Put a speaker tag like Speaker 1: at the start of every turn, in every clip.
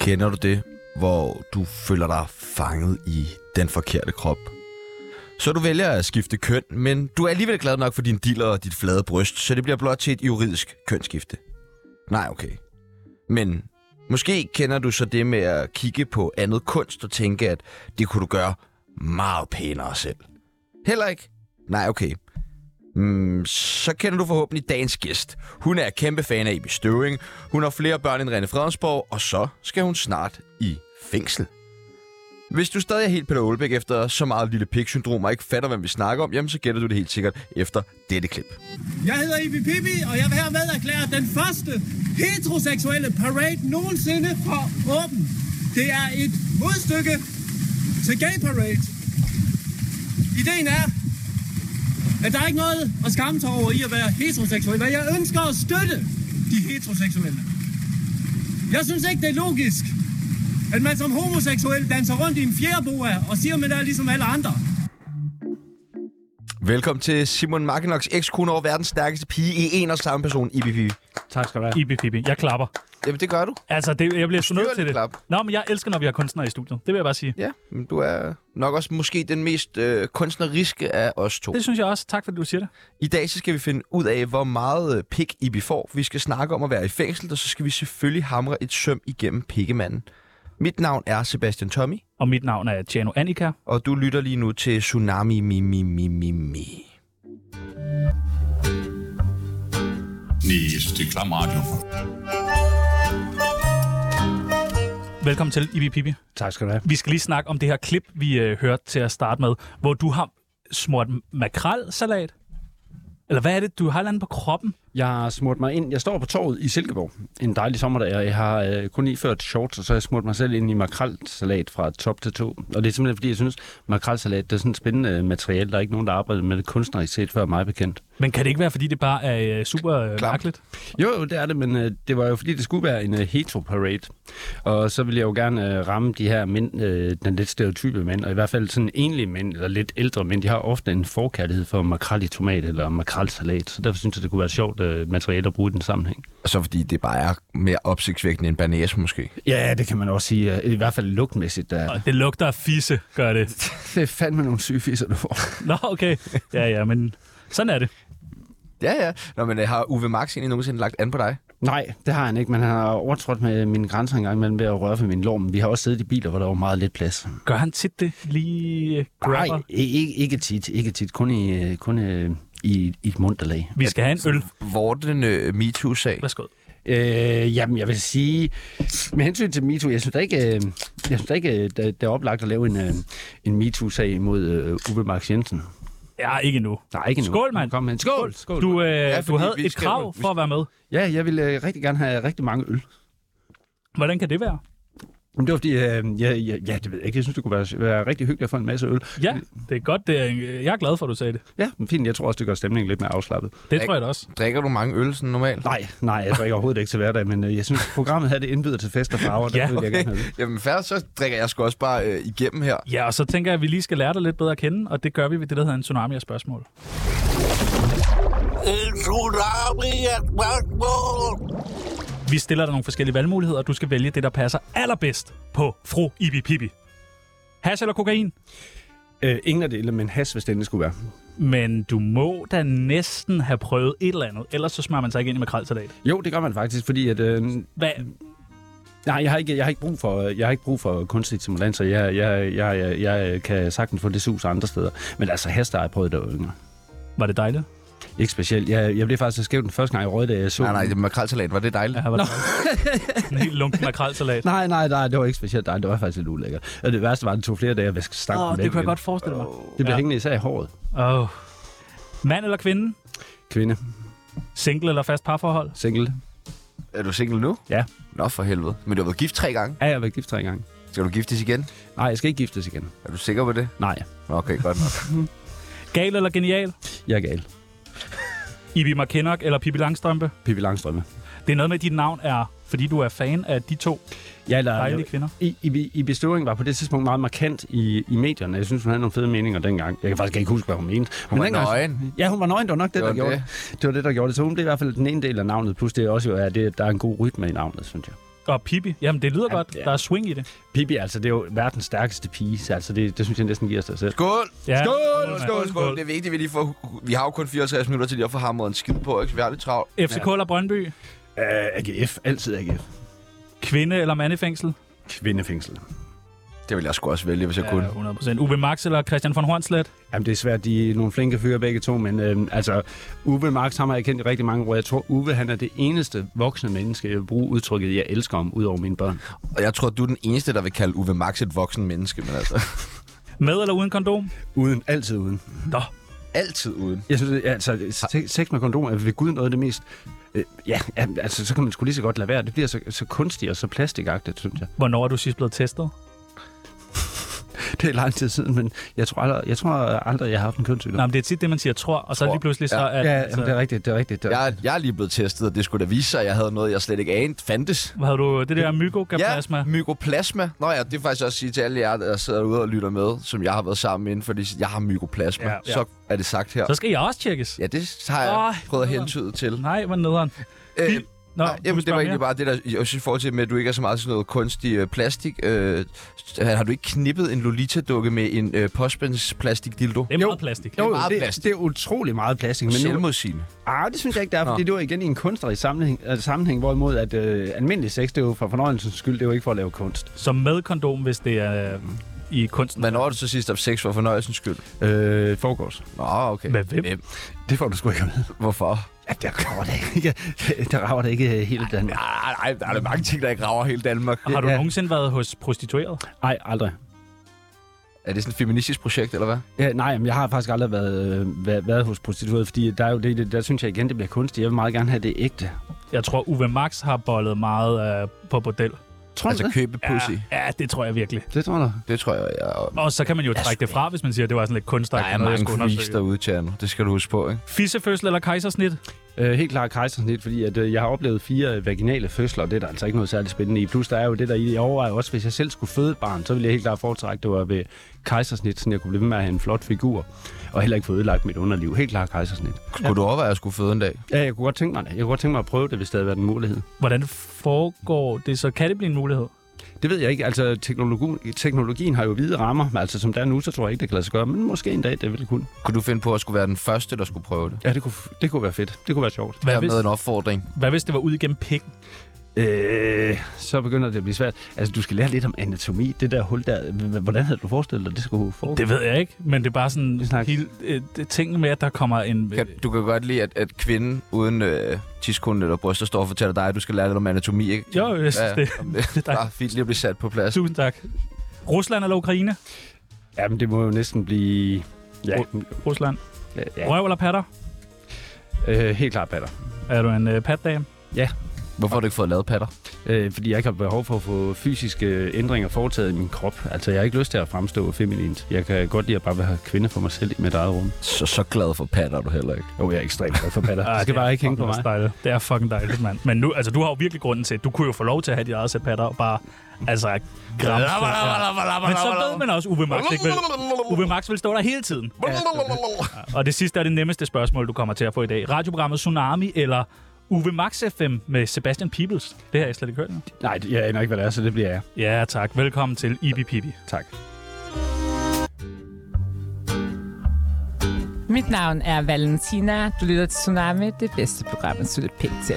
Speaker 1: Kender du det, hvor du føler dig fanget i den forkerte krop? Så du vælger at skifte køn, men du er alligevel glad nok for din diller og dit flade bryst, så det bliver blot til et juridisk kønsskifte. Nej, okay. Men måske kender du så det med at kigge på andet kunst og tænke, at det kunne du gøre meget pænere selv. Heller ikke? Nej, okay. Mm, så kender du forhåbentlig dagens gæst. Hun er kæmpe fan af Ibi Støving. Hun har flere børn end René Fredensborg, og så skal hun snart i fængsel. Hvis du stadig er helt Peter Aalbæk efter så meget lille pik-syndrom og ikke fatter, hvem vi snakker om, jamen så gætter du det helt sikkert efter dette klip.
Speaker 2: Jeg hedder Ibi Pippi, og jeg vil hermed erklære den første heteroseksuelle parade nogensinde for åben. Det er et modstykke til Gay Parade. Ideen er, at der er ikke noget at skamme sig over i at være heteroseksuel, men jeg ønsker at støtte de heteroseksuelle. Jeg synes ikke, det er logisk, at man som homoseksuel danser rundt i en fjerboa og siger, at man er ligesom alle andre.
Speaker 1: Velkommen til Simon Markenoks ekskone over verdens stærkeste pige i en og samme person, IBP.
Speaker 3: Tak skal du have.
Speaker 4: Ibi-pibi. Jeg klapper.
Speaker 1: Jamen det gør du.
Speaker 4: Altså, det, jeg bliver så nødt til det.
Speaker 1: klap.
Speaker 4: Nå, men jeg elsker, når vi har kunstnere i studiet. Det vil jeg bare sige.
Speaker 1: Ja, men du er nok også måske den mest øh, kunstneriske af os to.
Speaker 4: Det synes jeg også. Tak, fordi du siger det.
Speaker 1: I dag så skal vi finde ud af, hvor meget øh, pik Ibi får. Vi skal snakke om at være i fængsel, og så skal vi selvfølgelig hamre et søm igennem pikkemanden. Mit navn er Sebastian Tommy,
Speaker 4: Og mit navn er Tjano Annika.
Speaker 1: og du lytter lige nu til Tsunami Mi Mi Mi Mi Mi.
Speaker 5: Nee, jeg synes, det er klam radio.
Speaker 4: Velkommen til, Ibi-pibi.
Speaker 3: Tak skal du have.
Speaker 4: Vi skal lige snakke om det her klip, vi øh, hørte til at starte med, hvor du har smurt makrelsalat. Eller hvad er det? Du har et eller andet på kroppen.
Speaker 3: Jeg har smurt mig ind. Jeg står på torvet i Silkeborg. En dejlig sommerdag, og jeg har øh, kun iført shorts, og så har jeg smurt mig selv ind i makrelsalat fra top til to. Og det er simpelthen, fordi jeg synes, makrelsalat det er sådan et spændende øh, materiale. Der er ikke nogen, der arbejder med det kunstnerisk set før mig bekendt.
Speaker 4: Men kan det ikke være, fordi det bare er øh, super øh,
Speaker 1: Klamt.
Speaker 4: mærkeligt?
Speaker 3: Jo, jo, det er det, men øh, det var jo fordi, det skulle være en øh, hetero-parade. Og så ville jeg jo gerne øh, ramme de her mænd, øh, den lidt stereotype mænd, og i hvert fald sådan enlige mænd, eller lidt ældre mænd, de har ofte en forkærlighed for makrel i tomat eller makrelsalat, så derfor synes jeg, det kunne være et sjovt øh, materiale at bruge i den sammenhæng.
Speaker 1: Og så fordi det bare er mere opsigtsvækkende end banæs måske.
Speaker 3: Ja, det kan man også sige, øh, i hvert fald lugtmæssigt. Der.
Speaker 4: Og det lugter af fisse, gør det.
Speaker 3: Det er fandme nogle syge fisser, du får.
Speaker 4: Nå, okay. Ja, ja, men sådan er det.
Speaker 1: Ja, ja. Nå, men øh, har Uwe Max egentlig nogensinde lagt an på dig?
Speaker 3: Nej, det har han ikke, men han har overtrådt med mine grænser engang imellem ved at røre ved min lorm. Vi har også siddet i biler, hvor der var meget lidt plads.
Speaker 4: Gør han tit det? Lige øh,
Speaker 3: Nej,
Speaker 4: grabber?
Speaker 3: ikke, ikke tit, ikke tit. Kun i, øh, kun øh, i, i et munterlag.
Speaker 4: Vi skal have en øl.
Speaker 1: Hvor den øh, MeToo-sag?
Speaker 4: Værsgo.
Speaker 3: Øh, jamen, jeg vil sige, med hensyn til MeToo, jeg synes da ikke, øh, jeg synes da ikke øh, det, det er oplagt at lave en, øh, en MeToo-sag mod øh, Uwe Max Jensen.
Speaker 4: Ja, ikke endnu.
Speaker 3: Nej, ikke nu.
Speaker 4: Skål, mand.
Speaker 3: Kom hen. Skål. Skål. Du...
Speaker 4: Du, øh, ja,
Speaker 1: fordi
Speaker 4: du havde
Speaker 1: vi
Speaker 4: et
Speaker 1: skal-
Speaker 4: krav
Speaker 1: vi-
Speaker 4: for at være med.
Speaker 3: Ja, jeg ville øh, rigtig gerne have rigtig mange øl.
Speaker 4: Hvordan kan det være?
Speaker 3: Men det var fordi, øh, ja, ja, ja, det ved jeg ikke. Jeg synes, det kunne være, være rigtig hyggeligt at få en masse øl.
Speaker 4: Ja, det er godt. Det er, jeg er glad for, at du sagde det.
Speaker 3: Ja, men fint. Jeg tror også, det gør stemningen lidt mere afslappet.
Speaker 4: Det tror jeg da også.
Speaker 1: Drikker du mange øl sådan normalt?
Speaker 3: Nej, nej, jeg drikker overhovedet ikke til hverdag, men øh, jeg synes, programmet her, det indbyder til fest og farver.
Speaker 4: Ja,
Speaker 3: ja, okay. jeg gerne have.
Speaker 1: Jamen færdig, så drikker jeg sgu også bare øh, igennem her.
Speaker 4: Ja, og så tænker jeg, at vi lige skal lære dig lidt bedre at kende, og det gør vi ved det, der hedder en tsunami af spørgsmål.
Speaker 5: En tsunami af spørgsmål.
Speaker 4: Vi stiller dig nogle forskellige valgmuligheder, og du skal vælge det, der passer allerbedst på fru Ibi Pibi. Hash eller kokain?
Speaker 3: Øh, ingen af delene, men has, hvis det endelig skulle være.
Speaker 4: Men du må da næsten have prøvet et eller andet, ellers så smager man sig ikke ind i makrelsalat.
Speaker 3: Jo, det gør man faktisk, fordi at, øh,
Speaker 4: Hvad?
Speaker 3: Nej, jeg har ikke, jeg har ikke brug for, øh, jeg har ikke brug for kunstig stimulans, og jeg, jeg, jeg, jeg, jeg øh, kan sagtens få det sus andre steder. Men altså, hast har jeg prøvet det yngre.
Speaker 4: Var det dejligt?
Speaker 3: Ikke specielt. Jeg, jeg blev faktisk så skæv den første gang, jeg røg det, jeg så.
Speaker 1: Nej, nej,
Speaker 3: den.
Speaker 1: det makrelsalat, var det dejligt.
Speaker 4: Ja, var det dejligt? en helt lunken makrelsalat.
Speaker 3: nej, nej, nej, det var ikke specielt dejligt. Det var faktisk lidt ulækkert. Og det værste var, at det tog flere dage at vaske stanken.
Speaker 4: Åh,
Speaker 3: væk
Speaker 4: det kunne jeg
Speaker 3: igen.
Speaker 4: godt forestille mig.
Speaker 3: Det blev
Speaker 4: Ja.
Speaker 3: ja. hængende især i håret.
Speaker 4: Oh. Mand eller kvinde?
Speaker 3: Kvinde.
Speaker 4: Single eller fast parforhold?
Speaker 3: Single.
Speaker 1: Er du single nu?
Speaker 3: Ja.
Speaker 1: Nå for helvede. Men du har været gift tre gange.
Speaker 3: Ja, jeg har været gift tre gange.
Speaker 1: Skal du giftes igen?
Speaker 3: Nej, jeg skal ikke giftes igen.
Speaker 1: Er du sikker på det?
Speaker 3: Nej,
Speaker 1: Nå, Okay, godt nok.
Speaker 4: Gal eller genial?
Speaker 3: jeg er gal.
Speaker 4: Ibi McKinnock eller Pippi Langstrømpe?
Speaker 3: Pippi Langstrømme.
Speaker 4: Det er noget med, at dit navn er, fordi du er fan af de to
Speaker 3: Jeg lader,
Speaker 4: dejlige kvinder.
Speaker 3: I, I, I bestøvning var på det tidspunkt meget markant i, i medierne. Jeg synes, hun havde nogle fede meninger dengang. Jeg kan faktisk ikke huske, hvad hun mente.
Speaker 1: Hun var
Speaker 3: dengang-
Speaker 1: nøgen.
Speaker 3: Ja, hun var nøgen. Det var nok
Speaker 1: Det
Speaker 3: det, det
Speaker 1: var
Speaker 3: der gjorde
Speaker 1: det.
Speaker 3: det. Det var det, der gjorde det. Så hun blev i hvert fald den ene del af navnet. Plus det er også jo, at det, der er en god rytme i navnet, synes jeg.
Speaker 4: Og Pippi. Jamen, det lyder ja, godt.
Speaker 3: ja.
Speaker 4: Der er swing i det.
Speaker 3: Pippi, altså, det er jo verdens stærkeste pige, så altså, det, det synes jeg næsten giver sig selv.
Speaker 1: Skål!
Speaker 4: Ja.
Speaker 1: Skål, skål, skål. Det er vigtigt, at vi lige får... Vi har jo kun 64 minutter til lige at få hamret en skid på, ikke? Så vi har lidt travlt.
Speaker 4: FCK eller Brøndby?
Speaker 3: Uh, AGF, altid AGF.
Speaker 4: Kvinde eller mand i fængsel?
Speaker 3: Kvindefængsel.
Speaker 1: Det vil jeg sgu også vælge, hvis jeg kunne.
Speaker 4: 100%. Uwe Max eller Christian von Hornslet?
Speaker 3: Jamen, det er svært. De er nogle flinke fyre begge to, men øhm, altså, Uwe Marx ham har jeg kendt i rigtig mange år. Jeg tror, Uwe han er det eneste voksne menneske, jeg vil bruge udtrykket, jeg elsker om, ud over mine børn.
Speaker 1: Og jeg tror, du er den eneste, der vil kalde Uwe Max et voksen menneske, men altså...
Speaker 4: Med eller uden kondom?
Speaker 3: Uden, altid uden.
Speaker 4: Nå,
Speaker 1: Altid uden.
Speaker 3: Jeg synes, det, altså, se- sex med kondom er ved Gud noget af det mest... Øh, ja, ja, altså, så kan man sgu lige så godt lade være. Det bliver så, så kunstigt og så plastikagtigt, synes jeg.
Speaker 4: hvornår er du sidst blevet testet?
Speaker 3: Det er lang tid siden, men jeg tror aldrig, jeg, tror aldrig, jeg har haft en kønssygdom.
Speaker 4: Nej, men det er tit det, man siger tror, og så
Speaker 1: Tror.
Speaker 4: lige pludselig så...
Speaker 1: Ja.
Speaker 4: At,
Speaker 3: ja,
Speaker 4: altså,
Speaker 3: jamen, det er rigtigt, det er rigtigt. Det er,
Speaker 1: Jeg, jeg er lige blevet testet, og det skulle da vise sig, at jeg havde noget, jeg slet ikke anede fandtes.
Speaker 4: Hvad havde du? Det der mygokaplasma?
Speaker 1: Ja, mykoplasma. Nå ja, det er faktisk også at sige til alle jer, der sidder derude og lytter med, som jeg har været sammen med inden, fordi jeg har mykoplasma.
Speaker 4: Ja, ja.
Speaker 1: Så er det sagt her.
Speaker 4: Så skal jeg også tjekkes.
Speaker 1: Ja, det har jeg
Speaker 4: Åh,
Speaker 1: prøvet at
Speaker 4: nederen.
Speaker 1: hentyde til.
Speaker 4: Nej, hvor nederen.
Speaker 1: Øh,
Speaker 4: Nå,
Speaker 1: Nej, jamen, det var egentlig bare det, der... Jeg synes, i forhold til, med, at du ikke er så meget sådan noget kunstig øh, plastik. Øh, har du ikke knippet en Lolita-dukke med en øh, plastik dildo?
Speaker 4: Det er meget plastik.
Speaker 3: jo,
Speaker 1: det er
Speaker 3: jo,
Speaker 1: meget
Speaker 3: det,
Speaker 1: plastik.
Speaker 3: det er utrolig meget plastik. Men nu,
Speaker 1: Selvmodsigende.
Speaker 3: Ah, det synes jeg ikke, det er, fordi det var igen i en kunstnerisk sammenhæng, øh, sammenhæng hvorimod at øh, almindelig sex, det er jo for fornøjelsens skyld, det er jo ikke for at lave kunst.
Speaker 4: Så med kondom, hvis det er øh, i kunsten.
Speaker 1: Hvornår har du så sidst haft sex for fornøjelsens skyld?
Speaker 3: Øh, forgårs.
Speaker 1: Nå, okay.
Speaker 4: Med hvem?
Speaker 3: Det får du sgu ikke med.
Speaker 1: Hvorfor?
Speaker 3: Ja, der rager det ikke, der rager det ikke øh, hele Danmark.
Speaker 1: Nej, nej, der er da mange ting, der ikke rager hele Danmark.
Speaker 4: Har du
Speaker 3: Ja.
Speaker 4: nogensinde været hos prostitueret?
Speaker 3: Nej, aldrig.
Speaker 1: Er det sådan et feministisk projekt, eller hvad?
Speaker 3: Ja, nej, men jeg har faktisk aldrig været, øh, været, været hos prostitueret, fordi der er jo det, det- der synes jeg igen, det bliver kunstigt. Jeg vil meget gerne have det ægte.
Speaker 4: Jeg tror, Uwe Max har bollet meget øh, på bordel.
Speaker 3: Tror du
Speaker 1: Altså
Speaker 3: det?
Speaker 1: købe pussy. Ja.
Speaker 4: Ja, det tror jeg virkelig.
Speaker 3: Det tror du?
Speaker 1: Det tror jeg, jeg...
Speaker 4: Og så kan man jo trække det fra, hvis man siger, at det var sådan lidt kunstigt.
Speaker 1: Der er mange freaks derude, Tjerno. Det skal du huske på, ikke?
Speaker 4: Fissefødsel eller kejsersnit?
Speaker 3: Øh, helt klart kejsersnit, fordi at, øh, jeg har oplevet fire øh, vaginale fødsler, og det er der altså ikke noget særligt spændende i. Plus der er jo det der i, jeg overvejer også, hvis jeg selv skulle føde et barn, så ville jeg helt klart foretrække, det var ved kejsersnit, så jeg kunne blive ved med at have en flot figur, og heller ikke få ødelagt mit underliv. Helt klart kejsersnit.
Speaker 1: Skulle du overveje at skulle føde en dag?
Speaker 3: Ja, jeg kunne godt tænke mig det. Jeg kunne godt tænke mig at prøve det, hvis det havde været en mulighed.
Speaker 4: Hvordan foregår det så? Kan det blive en mulighed?
Speaker 3: Det ved jeg ikke. Altså, teknologien, teknologien har jo hvide rammer, men altså som der er nu, så tror jeg ikke, det kan lade sig gøre, men måske en dag, det ville kunne.
Speaker 1: Kunne du finde på at skulle være den første, der skulle prøve det?
Speaker 3: Ja, det kunne, det kunne være fedt. Det kunne være sjovt.
Speaker 4: Hvad
Speaker 1: Her
Speaker 4: hvis,
Speaker 1: med en opfordring.
Speaker 4: hvad hvis det var ud igennem pikken?
Speaker 3: Øh, så begynder det at blive svært. Altså, du skal lære lidt om anatomi. Det der hul der, h- h- hvordan havde du forestillet dig, det skulle foregå?
Speaker 4: Det ved jeg ikke, men det er bare sådan
Speaker 3: Vi snakker-
Speaker 4: hele, øh, det- ting med, at der kommer en... Øh,
Speaker 1: Kan, du kan godt lide, at, at kvinden uden øh, tidskunden eller bryster står og fortæller dig, at du skal lære lidt om anatomi, ikke?
Speaker 4: jo, jeg synes, det,
Speaker 1: det er fint lige at blive sat på plads.
Speaker 4: Tusind tak. Rusland eller Ukraine?
Speaker 3: Jamen, det må jo næsten blive... Ja,
Speaker 4: Rusland.
Speaker 3: ja,
Speaker 4: Ja.
Speaker 3: ja.
Speaker 4: Røv eller patter?
Speaker 3: Øh, helt klart patter.
Speaker 4: Er du en øh, patdame?
Speaker 1: Hvorfor har du ikke fået lavet patter?
Speaker 3: Øh, fordi jeg ikke har behov for at få fysiske ændringer foretaget i min krop. Altså, jeg har ikke lyst til at fremstå feminint. Jeg kan godt lide at bare være kvinde for mig selv i mit eget rum.
Speaker 1: Så, så glad for patter er du heller ikke.
Speaker 3: Jo, jeg er ekstremt glad for patter. Ah, det skal bare ikke hænge på mig.
Speaker 4: Dejligt. Det er fucking dejligt, mand. Men nu, altså, du har jo virkelig grunden til, at du kunne jo få lov til at have dit eget sæt patter og bare, altså, gramse. Men så ved man også, Uwe Max ikke vil. Uwe Max vil stå der hele tiden. Og det sidste er det nemmeste spørgsmål, du kommer til at få i dag. Radioprogrammet Tsunami eller Uwe Max FM med Sebastian Peebles. Det har jeg slet ikke hørt. endnu.
Speaker 3: Nej, det- jeg aner ikke, hvad det er, så det bliver jeg.
Speaker 4: Ja, tak. Velkommen til Ibi Pibi.
Speaker 3: Tak.
Speaker 6: Mit navn er Valentina. Du lytter til Tsunami, det bedste program, at slutte pænt til.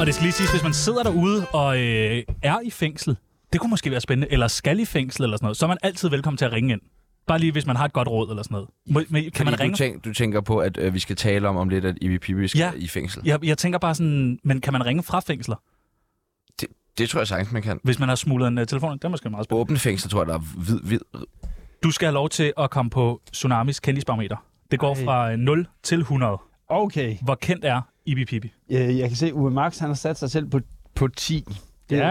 Speaker 4: Og det skal lige siges, hvis man sidder derude og øh, er i fængsel, det kunne måske være spændende, eller skal i fængsel eller sådan noget, så er man altid velkommen til at ringe ind. Bare lige, hvis man har et godt råd eller sådan noget. Må, men, kan man
Speaker 1: Fordi
Speaker 4: ringe?
Speaker 1: Du, tænk, du tænker på, at øh, vi skal tale om, om lidt, at Ibi Pibi skal
Speaker 4: Ja.
Speaker 1: i fængsel.
Speaker 4: Jeg, jeg tænker bare sådan, men kan man ringe fra fængsler,
Speaker 1: Det, det tror jeg sagtens, man kan.
Speaker 4: hvis man har smuglet en uh, telefon? Det er måske meget spændende.
Speaker 1: Åbne fængsel, tror jeg, der er vid, vid.
Speaker 4: Du skal have lov til at komme på Tsunamis kendisbarometer. Det går
Speaker 3: Ej.
Speaker 4: fra øh, 0 til 100.
Speaker 3: Okay.
Speaker 4: Hvor kendt er Ibi Pibi?
Speaker 3: Øh, jeg kan se, Uwe Max han har sat sig selv på, på 10. Det er jo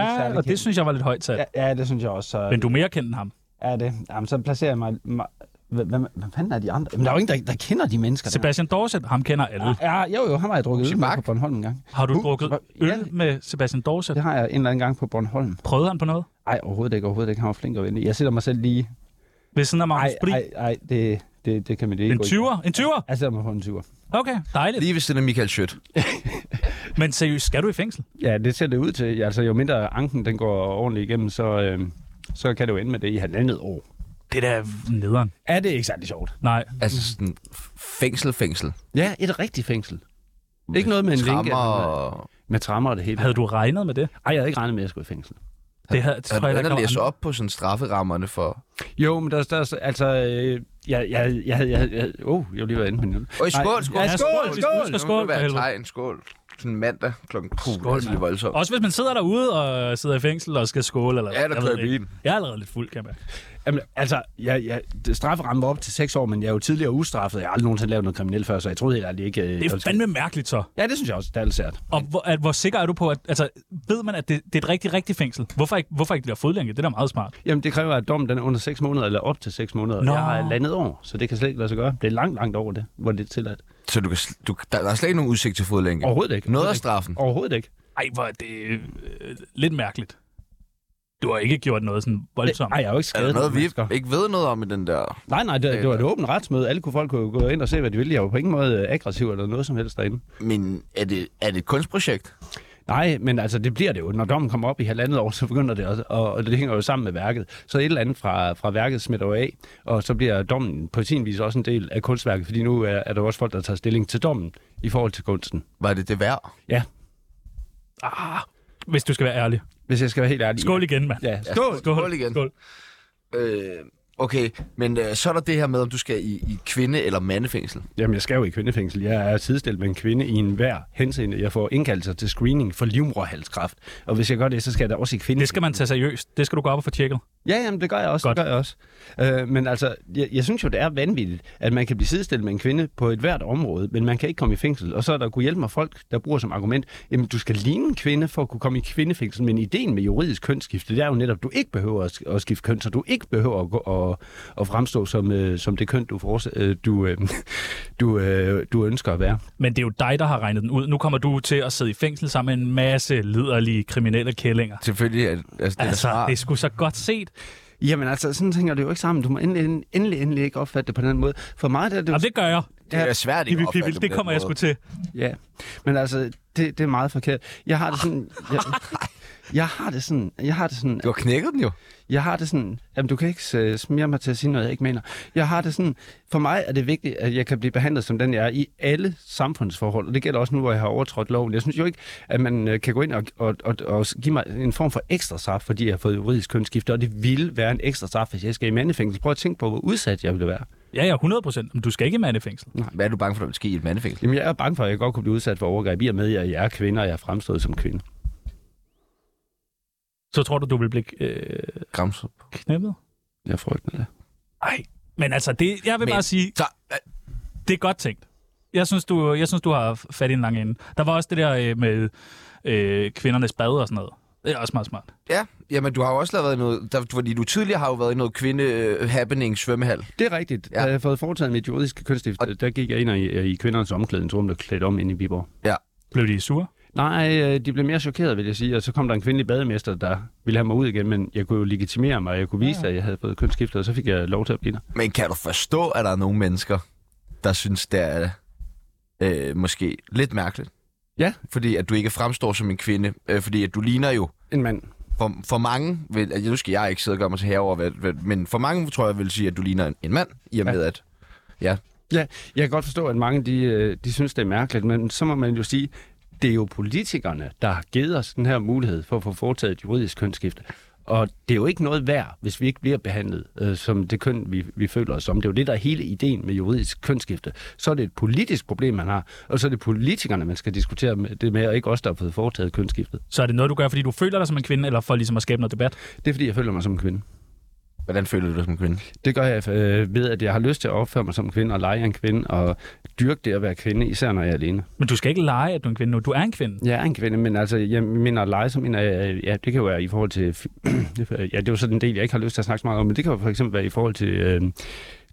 Speaker 3: ikke
Speaker 4: Ja,
Speaker 3: særlig
Speaker 4: og det
Speaker 3: kendt.
Speaker 4: synes jeg var lidt højt sat. Ja.
Speaker 3: ja, ja, det synes jeg også. Så
Speaker 4: Men du er mere kendt end ham.
Speaker 3: er det. Jamen, så placerer jeg mig... mig hvem, hvem, hvem fanden er de andre? Jamen, der er jo ingen, der, der kender de mennesker. der.
Speaker 4: Sebastian Dorset, ham kender alle.
Speaker 3: Ja, jo, jo, ham har jeg drukket øl med
Speaker 1: Mark.
Speaker 3: på Bornholm en gang.
Speaker 4: Har du
Speaker 3: Uh,
Speaker 4: drukket
Speaker 3: Seba- ja.
Speaker 4: øl med Sebastian Dorset?
Speaker 3: Det har jeg en eller anden gang på Bornholm.
Speaker 4: Prøvede han på noget?
Speaker 3: Ej, overhovedet ikke, overhovedet ikke. Han var flink og venlig. Jeg sætter mig selv lige...
Speaker 4: Ved siden af Markus
Speaker 3: Ej,
Speaker 4: Bri?
Speaker 3: ej, ej, det, det, det kan man det ikke
Speaker 4: En
Speaker 3: gå i.
Speaker 4: 20'er? En 20'er?
Speaker 3: Jeg sætter mig på en 20'er.
Speaker 4: Okay, dejligt.
Speaker 1: Lige ved siden af Michael Schødt.
Speaker 4: Men seriøst, skal du i fængsel?
Speaker 3: Ja, det ser det ud til. Altså, jo mindre anken den går ordentligt igennem, så, øh, så kan det jo ende med det i halvandet år.
Speaker 4: Det der nederen.
Speaker 3: Er det ikke særlig sjovt?
Speaker 4: Nej.
Speaker 1: Altså sådan f- fængsel, fængsel.
Speaker 3: Ja, et rigtigt fængsel. Ikke noget med en lænke.
Speaker 1: Trammer
Speaker 3: eller-
Speaker 1: og...
Speaker 3: Med trammer og det hele.
Speaker 4: Havde du regnet med det?
Speaker 3: Ej, jeg havde ikke regnet med, at jeg skulle i fængsel.
Speaker 4: Det havde,
Speaker 1: Er
Speaker 4: tror
Speaker 1: du
Speaker 4: jeg, der
Speaker 1: inde og
Speaker 4: kommer
Speaker 1: læse
Speaker 4: andre-
Speaker 1: op på sådan strafferammerne for...
Speaker 3: Jo, men der, der altså... Øh, jeg, jeg, jeg, jeg, jeg, oh, jeg var lige ved at ende min
Speaker 1: Og i skål, skål!
Speaker 3: Ja,
Speaker 4: Ja,
Speaker 3: skål,
Speaker 4: skål,
Speaker 3: skål!
Speaker 4: skål, skål, for
Speaker 1: være et
Speaker 4: helvede.
Speaker 1: tegn, skål. Sådan mandag klokken puh, skål,
Speaker 4: Skål,
Speaker 1: altså, det er
Speaker 4: mand.
Speaker 1: voldsomt.
Speaker 4: Også hvis man sidder derude og sidder i fængsel og skal skåle. Eller,
Speaker 1: Ja, der
Speaker 4: jeg ved
Speaker 1: kører
Speaker 4: det ikke.
Speaker 1: bilen.
Speaker 4: Jeg er allerede lidt fuld, kan jeg mærke.
Speaker 3: Jamen, altså, jeg, jeg, det- strafferammen var op til 6 år, men jeg er jo tidligere ustraffet. Jeg har aldrig nogensinde lavet noget kriminelt før, så jeg troede helt ærligt ikke... øh,
Speaker 4: Det er
Speaker 3: jeg-
Speaker 4: fandme mærkeligt så.
Speaker 3: Ja, det synes jeg også, det er lidt sært.
Speaker 4: Og hvor, at, hvor sikker er du på, at altså, ved man, at det, det er et rigtig, rigtig fængsel? Hvorfor ikke, hvorfor ikke det der fodlænke? Det er da meget smart.
Speaker 3: Jamen, det kræver, at dommen den er under 6 måneder, eller op til 6 måneder.
Speaker 4: Nå.
Speaker 3: Jeg har landet over, så det kan slet ikke lade sig gøre. Det er langt, langt over det, hvor det er tilladt.
Speaker 1: Så du kan, sl- du, der, der er slet ikke nogen udsigt til fodlænke?
Speaker 3: Overhovedet ikke.
Speaker 1: Noget af
Speaker 3: Overhovedet ikke.
Speaker 1: straffen?
Speaker 3: Overhovedet ikke.
Speaker 4: Ej, hvor er det øh, lidt mærkeligt. Du har ikke gjort noget sådan voldsomt.
Speaker 3: Nej, jeg er jo ikke
Speaker 1: Er der
Speaker 3: skadet.
Speaker 1: noget, vi
Speaker 3: mennesker.
Speaker 1: ikke ved noget om i den der...
Speaker 3: Nej, nej, det, det var et åbent retsmøde. Alle kunne, folk kunne jo gå ind og se, hvad de ville. Jeg var på ingen måde øh, aggressiv eller noget som helst derinde.
Speaker 1: Men er det, er det et kunstprojekt?
Speaker 3: Nej, men altså, det bliver det jo. Når dommen kommer op i halvandet år, så begynder det også, og, og det hænger jo sammen med værket. Så et eller andet fra, fra værket smitter jo af, og så bliver dommen på sin vis også en del af kunstværket, fordi nu er, er der jo også folk, der tager stilling til dommen i forhold til kunsten.
Speaker 1: Var det det værd?
Speaker 3: Ja,
Speaker 4: Hvis du skal være ærlig.
Speaker 3: hvis jeg skal være helt ærlig.
Speaker 4: Skål igen, mand.
Speaker 3: Ja,
Speaker 1: Ja,
Speaker 3: skål.
Speaker 1: skål igen.
Speaker 4: Skål.
Speaker 1: Øh, okay, men øh, så er der det her med, om du skal i, i kvinde- eller mandefængsel.
Speaker 3: Jamen, jeg skal jo i kvindefængsel. Jeg er sidestillet med en kvinde i enhver henseende. Jeg får indkaldelser til screening for livmorhalskræft. Og hvis jeg gør det, så skal jeg da også i kvinde.
Speaker 4: Det skal man tage seriøst. Det skal du gå op og få tjekket.
Speaker 3: Ja, jamen, det gør jeg også.
Speaker 4: Godt.
Speaker 3: Godt. Det gør jeg også. Øh, men altså, jeg, jeg synes jo, det er vanvittigt, at man kan blive sidestillet med en kvinde på et hvert område, men man kan ikke komme i fængsel. Og så er der kunne hjælpe mig folk, der bruger som argument, jamen, du skal ligne en kvinde for at kunne komme i kvindefængsel, men ideen med juridisk kønsskifte, det er jo netop, du ikke behøver at, at skifte køn, så du ikke behøver at, gå, og, at fremstå som, øh, som det køn, du, forse, øh, du, øh, du, øh, du ønsker at være.
Speaker 4: Men det er jo dig, der har regnet den ud. Nu kommer du til at sidde i fængsel sammen med en masse liderlige kriminelle kællinger.
Speaker 1: Selvfølgelig, er, altså, det er da
Speaker 4: Altså,
Speaker 1: smart.
Speaker 4: det er sgu så godt set.
Speaker 3: Jamen altså, sådan tænker det jo ikke sammen. Du må endelig, endelig, endelig ikke opfatte det på den måde. For mig der er det jo
Speaker 4: Jamen, det gør jeg.
Speaker 1: det er svært ikke
Speaker 4: Pippi,
Speaker 1: at opfatte
Speaker 4: pippi,
Speaker 1: på
Speaker 4: det
Speaker 1: den
Speaker 4: kommer jeg
Speaker 1: måde.
Speaker 4: sgu til.
Speaker 3: Ja, men altså, det, det er meget forkert. Jeg har det sådan... Jeg, jeg har det sådan... Jeg har det sådan...
Speaker 1: Du har knækket den jo.
Speaker 3: Jeg har det sådan... Jamen, du kan ikke øh, smire mig til at sige noget, jeg ikke mener. Jeg har det sådan... For mig er det vigtigt, at jeg kan blive behandlet som den, jeg er i alle samfundsforhold. Og det gælder også nu, hvor jeg har overtrådt loven. Jeg synes jo ikke, at man øh, kan gå ind og, og, og, og give mig en form for ekstra straf, fordi jeg har fået juridisk kønsskifte. Og det ville være en ekstra straf, hvis jeg skal i mandefængsel. Prøv at tænke på, hvor udsat jeg ville være.
Speaker 4: Ja, ja, 100 procent. Men du skal ikke i mandefængsel.
Speaker 1: Hvad er du bange for, der vil ske i et mandefængsel?
Speaker 3: Jamen, jeg er bange for, at jeg godt kunne blive udsat for overgreb, i og med, at jeg er kvinde, og jeg er fremstået som kvinde.
Speaker 4: Så tror du, du vil blive øh,
Speaker 1: Gramsup.
Speaker 4: knæppet?
Speaker 3: Jeg frygter det.
Speaker 4: Nej. Men altså, det, jeg vil
Speaker 1: Men-
Speaker 4: bare sige,
Speaker 1: Så, øh,
Speaker 4: det er godt tænkt. Jeg synes, du, jeg synes, du har fat i en lang ende. Der var også det der øh, med øh, kvindernes bad og sådan noget. Det er også meget smart.
Speaker 1: ja, jamen du har jo også lavet noget, der, fordi du tidligere har jo været i noget kvinde-happening svømmehal.
Speaker 3: Det er rigtigt.
Speaker 1: Ja.
Speaker 3: Ja. Da jeg havde fået foretaget mit juridiske kønsstift, og... der gik jeg ind i, i kvindernes omklædningsrum, der klædte om inde i Viborg.
Speaker 4: Blev de sure?
Speaker 3: Nej, øh, de blev mere chokeret, vil jeg sige, og så kom der en kvindelig bademester, der ville have mig ud igen, men jeg kunne jo legitimere mig, og jeg kunne vise, ja. at jeg havde fået kønsskiftet, og så fik jeg lov til at blive der.
Speaker 1: Men kan du forstå, at der er nogle mennesker, der synes, det er øh, måske lidt mærkeligt?
Speaker 3: Ja.
Speaker 1: Fordi at du ikke fremstår som en kvinde. Øh, fordi at du ligner jo
Speaker 3: En mand.
Speaker 1: for, for mange, vil, altså, nu skal jeg ikke sidde og gøre mig til herover, hvad, hvad, men for mange tror jeg vil sige, at du ligner en, en mand, i og
Speaker 3: Ja.
Speaker 1: med at... Ja,
Speaker 3: Ja, jeg kan godt forstå, at mange de, øh, de synes, det er mærkeligt, men så må man jo sige, det er jo politikerne, der har givet os den her mulighed for at få foretaget et juridisk kønsskifte. Og det er jo ikke noget værd, hvis vi ikke bliver behandlet øh, som det køn, vi, vi føler os som. Det er jo det, der er hele ideen med juridisk kønsskifte. Så er det et politisk problem, man har, og så er det politikerne, man skal diskutere med, det med, og ikke os, der har fået foretaget kønsskiftet.
Speaker 4: Så er det noget, du gør, fordi du føler dig som en kvinde, eller for ligesom at skabe noget debat?
Speaker 3: Det er, fordi jeg føler mig som en kvinde.
Speaker 1: hvordan føler du dig som kvinde?
Speaker 3: Det gør jeg øh, ved, at jeg har lyst til at opføre mig som en kvinde, og lege en kvinde, og dyrke det at være kvinde, især når jeg er alene.
Speaker 4: Men du skal ikke lege, at du er en kvinde nu. Du er en kvinde.
Speaker 3: Jeg er en kvinde, men altså, jeg mener at lege, så mener jeg, ja, det kan jo være i forhold til, ja, det er jo sådan en del, jeg ikke har lyst til at snakke så meget om, men det kan jo for eksempel være i forhold til, øh,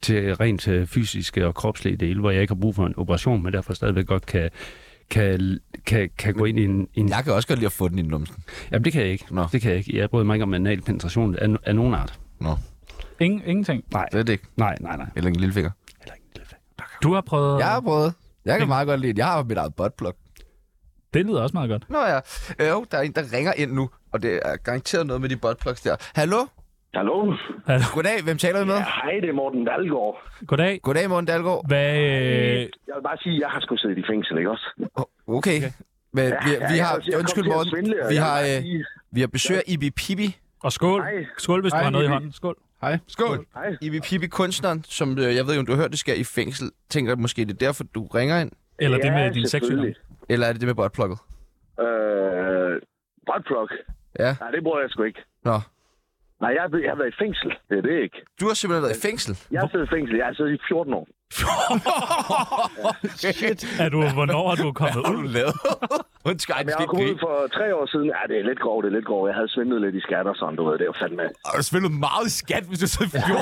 Speaker 3: til rent øh, fysiske og kropslige dele, hvor jeg ikke har brug for en operation, men derfor stadigvæk godt kan, kan, kan, kan gå ind i en... en
Speaker 1: Jeg kan også godt lide at få den i numsen.
Speaker 3: Jamen, det kan jeg ikke.
Speaker 1: Nå.
Speaker 3: Det kan jeg ikke. Jeg bryder mig ikke om anal penetration af, af nogen art.
Speaker 1: Nå,
Speaker 4: Ingen, ingenting.
Speaker 3: Nej,
Speaker 1: det er det ikke.
Speaker 3: nej, nej, nej.
Speaker 1: Eller en lillefinger.
Speaker 3: Heller ikke en lille fag.
Speaker 4: Du har prøvet...
Speaker 1: Jeg har prøvet. Jeg kan meget godt lide det. Jeg har mit eget buttplug.
Speaker 4: Det lyder også meget godt.
Speaker 1: Nå ja, øh, jo, der er en, der ringer ind nu, og det er garanteret noget med de buttplugs der. Hallo?
Speaker 7: Hallo?
Speaker 1: Goddag, hvem taler vi med?
Speaker 7: Ja, hej, det er Morten Dalgaard.
Speaker 4: Goddag.
Speaker 1: Goddag, Morten Dalgaard.
Speaker 4: Hvad... Øh,
Speaker 7: Jeg vil bare sige, at jeg har sgu siddet i fængsel, ikke også?
Speaker 1: Oh, okay. okay. Men vi, vi
Speaker 7: jeg
Speaker 1: har...
Speaker 7: kom til at
Speaker 1: undskyld, Morten.
Speaker 7: svindle, og
Speaker 1: Vi
Speaker 7: jeg vil
Speaker 1: har,
Speaker 7: bare
Speaker 1: øh,
Speaker 7: sige,
Speaker 1: vi har besøg af Ibi Pibi.
Speaker 4: og skål.
Speaker 7: Hej.
Speaker 4: Skål, hvis du
Speaker 1: Hej,
Speaker 4: har noget i
Speaker 1: Mimi.
Speaker 4: hånden. Skål.
Speaker 1: Hej. Skål.
Speaker 7: Hej.
Speaker 1: Ibi Pibi kunstneren, som øh, jeg ved jo, om du har hørt, det skal i fængsel. Tænker jeg måske, det er derfor, du ringer ind?
Speaker 4: Eller det
Speaker 7: Ja,
Speaker 4: med din sexsygdom.
Speaker 7: selvfølgelig.
Speaker 1: Eller er det det med buttplugget?
Speaker 7: Øh, buttplug.
Speaker 1: Ja.
Speaker 7: Nej, det bruger jeg sgu ikke.
Speaker 1: Nå.
Speaker 7: Nej, jeg, jeg har været i fængsel. Det er det ikke.
Speaker 1: Du har simpelthen været i fængsel.
Speaker 7: Jeg har siddet i fængsel. Jeg har siddet i 14 år.
Speaker 1: Shit.
Speaker 4: Er du, hvornår er du kommet
Speaker 1: Hvad har du
Speaker 4: ud?
Speaker 1: lavet? Undskyld, ej,
Speaker 7: Men
Speaker 1: det
Speaker 7: jeg
Speaker 1: skal
Speaker 7: var kommet ud
Speaker 1: ikke
Speaker 7: for tre år siden. Ja, det er lidt grov, det er lidt grov. Jeg havde svindlet lidt i skatter og sådan, du ved. Det var fandme...
Speaker 1: Har du spillet meget i skat, hvis du så 14
Speaker 7: Nå,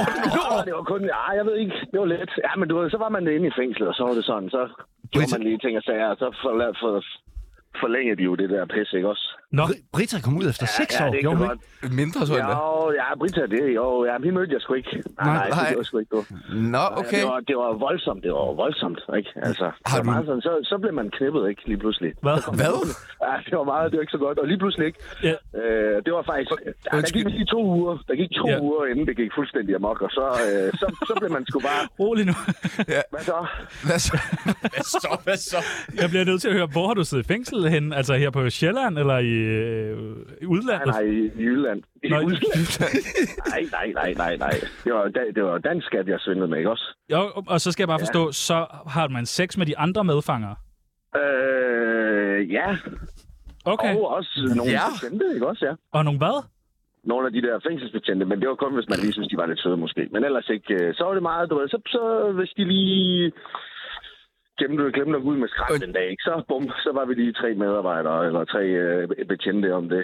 Speaker 7: det var kun... Ja, jeg ved ikke. Det var lidt. Ja, men du ved, så var man inde i fængslet, og så var det sådan. Så gjorde man lige ting og sager, og så forla- for, forlængede de jo det der pis, ikke også?
Speaker 4: Nå,
Speaker 3: Brita kom ud efter ja, 6
Speaker 7: ja,
Speaker 3: år,
Speaker 7: det er
Speaker 3: gjorde
Speaker 7: ikke
Speaker 3: hun
Speaker 7: godt.
Speaker 3: ikke?
Speaker 1: Mindre, tror jeg.
Speaker 7: Ja,
Speaker 1: endda.
Speaker 7: og- ja, Britta, det er jo... Ja, men hende mødte jeg sgu ikke. Nej,
Speaker 1: nej.
Speaker 7: nej, nej. det var sgu ikke du.
Speaker 1: Nå,
Speaker 7: Ja,
Speaker 1: okay.
Speaker 7: det, var, det var voldsomt, det var voldsomt, ikke? Altså, det
Speaker 1: Har
Speaker 7: var
Speaker 1: du-
Speaker 7: meget sådan, så, så blev man knippet, ikke, lige pludselig.
Speaker 4: hvad?
Speaker 1: Hvad?
Speaker 7: Ja, det var meget, det var ikke så godt, og lige pludselig ikke.
Speaker 4: Ja.
Speaker 7: Øh, det var faktisk, ja, der
Speaker 1: undskyld.
Speaker 7: gik lige to uger, der gik to
Speaker 4: Ja.
Speaker 7: ja. uger, inden det gik fuldstændig amok, og så, øh, så, så blev man sgu bare,
Speaker 4: Rolig nu.
Speaker 7: hvad så?
Speaker 1: Hvad så? Hvad så? Hvad så?
Speaker 4: Jeg bliver nødt til at høre, hvor har du siddet i fængsel henne? Altså her på Sjælland eller i, øh, i
Speaker 7: Nej,
Speaker 4: udlandet?
Speaker 7: nej, i, i Jylland. I
Speaker 4: Nå, i
Speaker 7: Jylland. Nej, nej, nej, nej, nej. Det var, da- det var dansk skat, jeg svindede med, ikke også?
Speaker 4: Jo, og så skal jeg bare forstå, så har man sex med de andre medfanger.
Speaker 7: Øh, ja,
Speaker 4: Okay.
Speaker 7: og også nogle
Speaker 1: Ja.
Speaker 7: ja. bestemte, ikke også, ja?
Speaker 4: Og nogle hvad?
Speaker 7: nogle af de der fængselsbetjente, men det var kun, hvis man lige synes, de var lidt søde måske. Men ellers ikke. øh, Så var det meget, du ved, så, så hvis de lige glemte, glemte at gå ud med skrald den dag, ikke? så bum, så var vi lige tre medarbejdere, eller tre øh, betjente om det.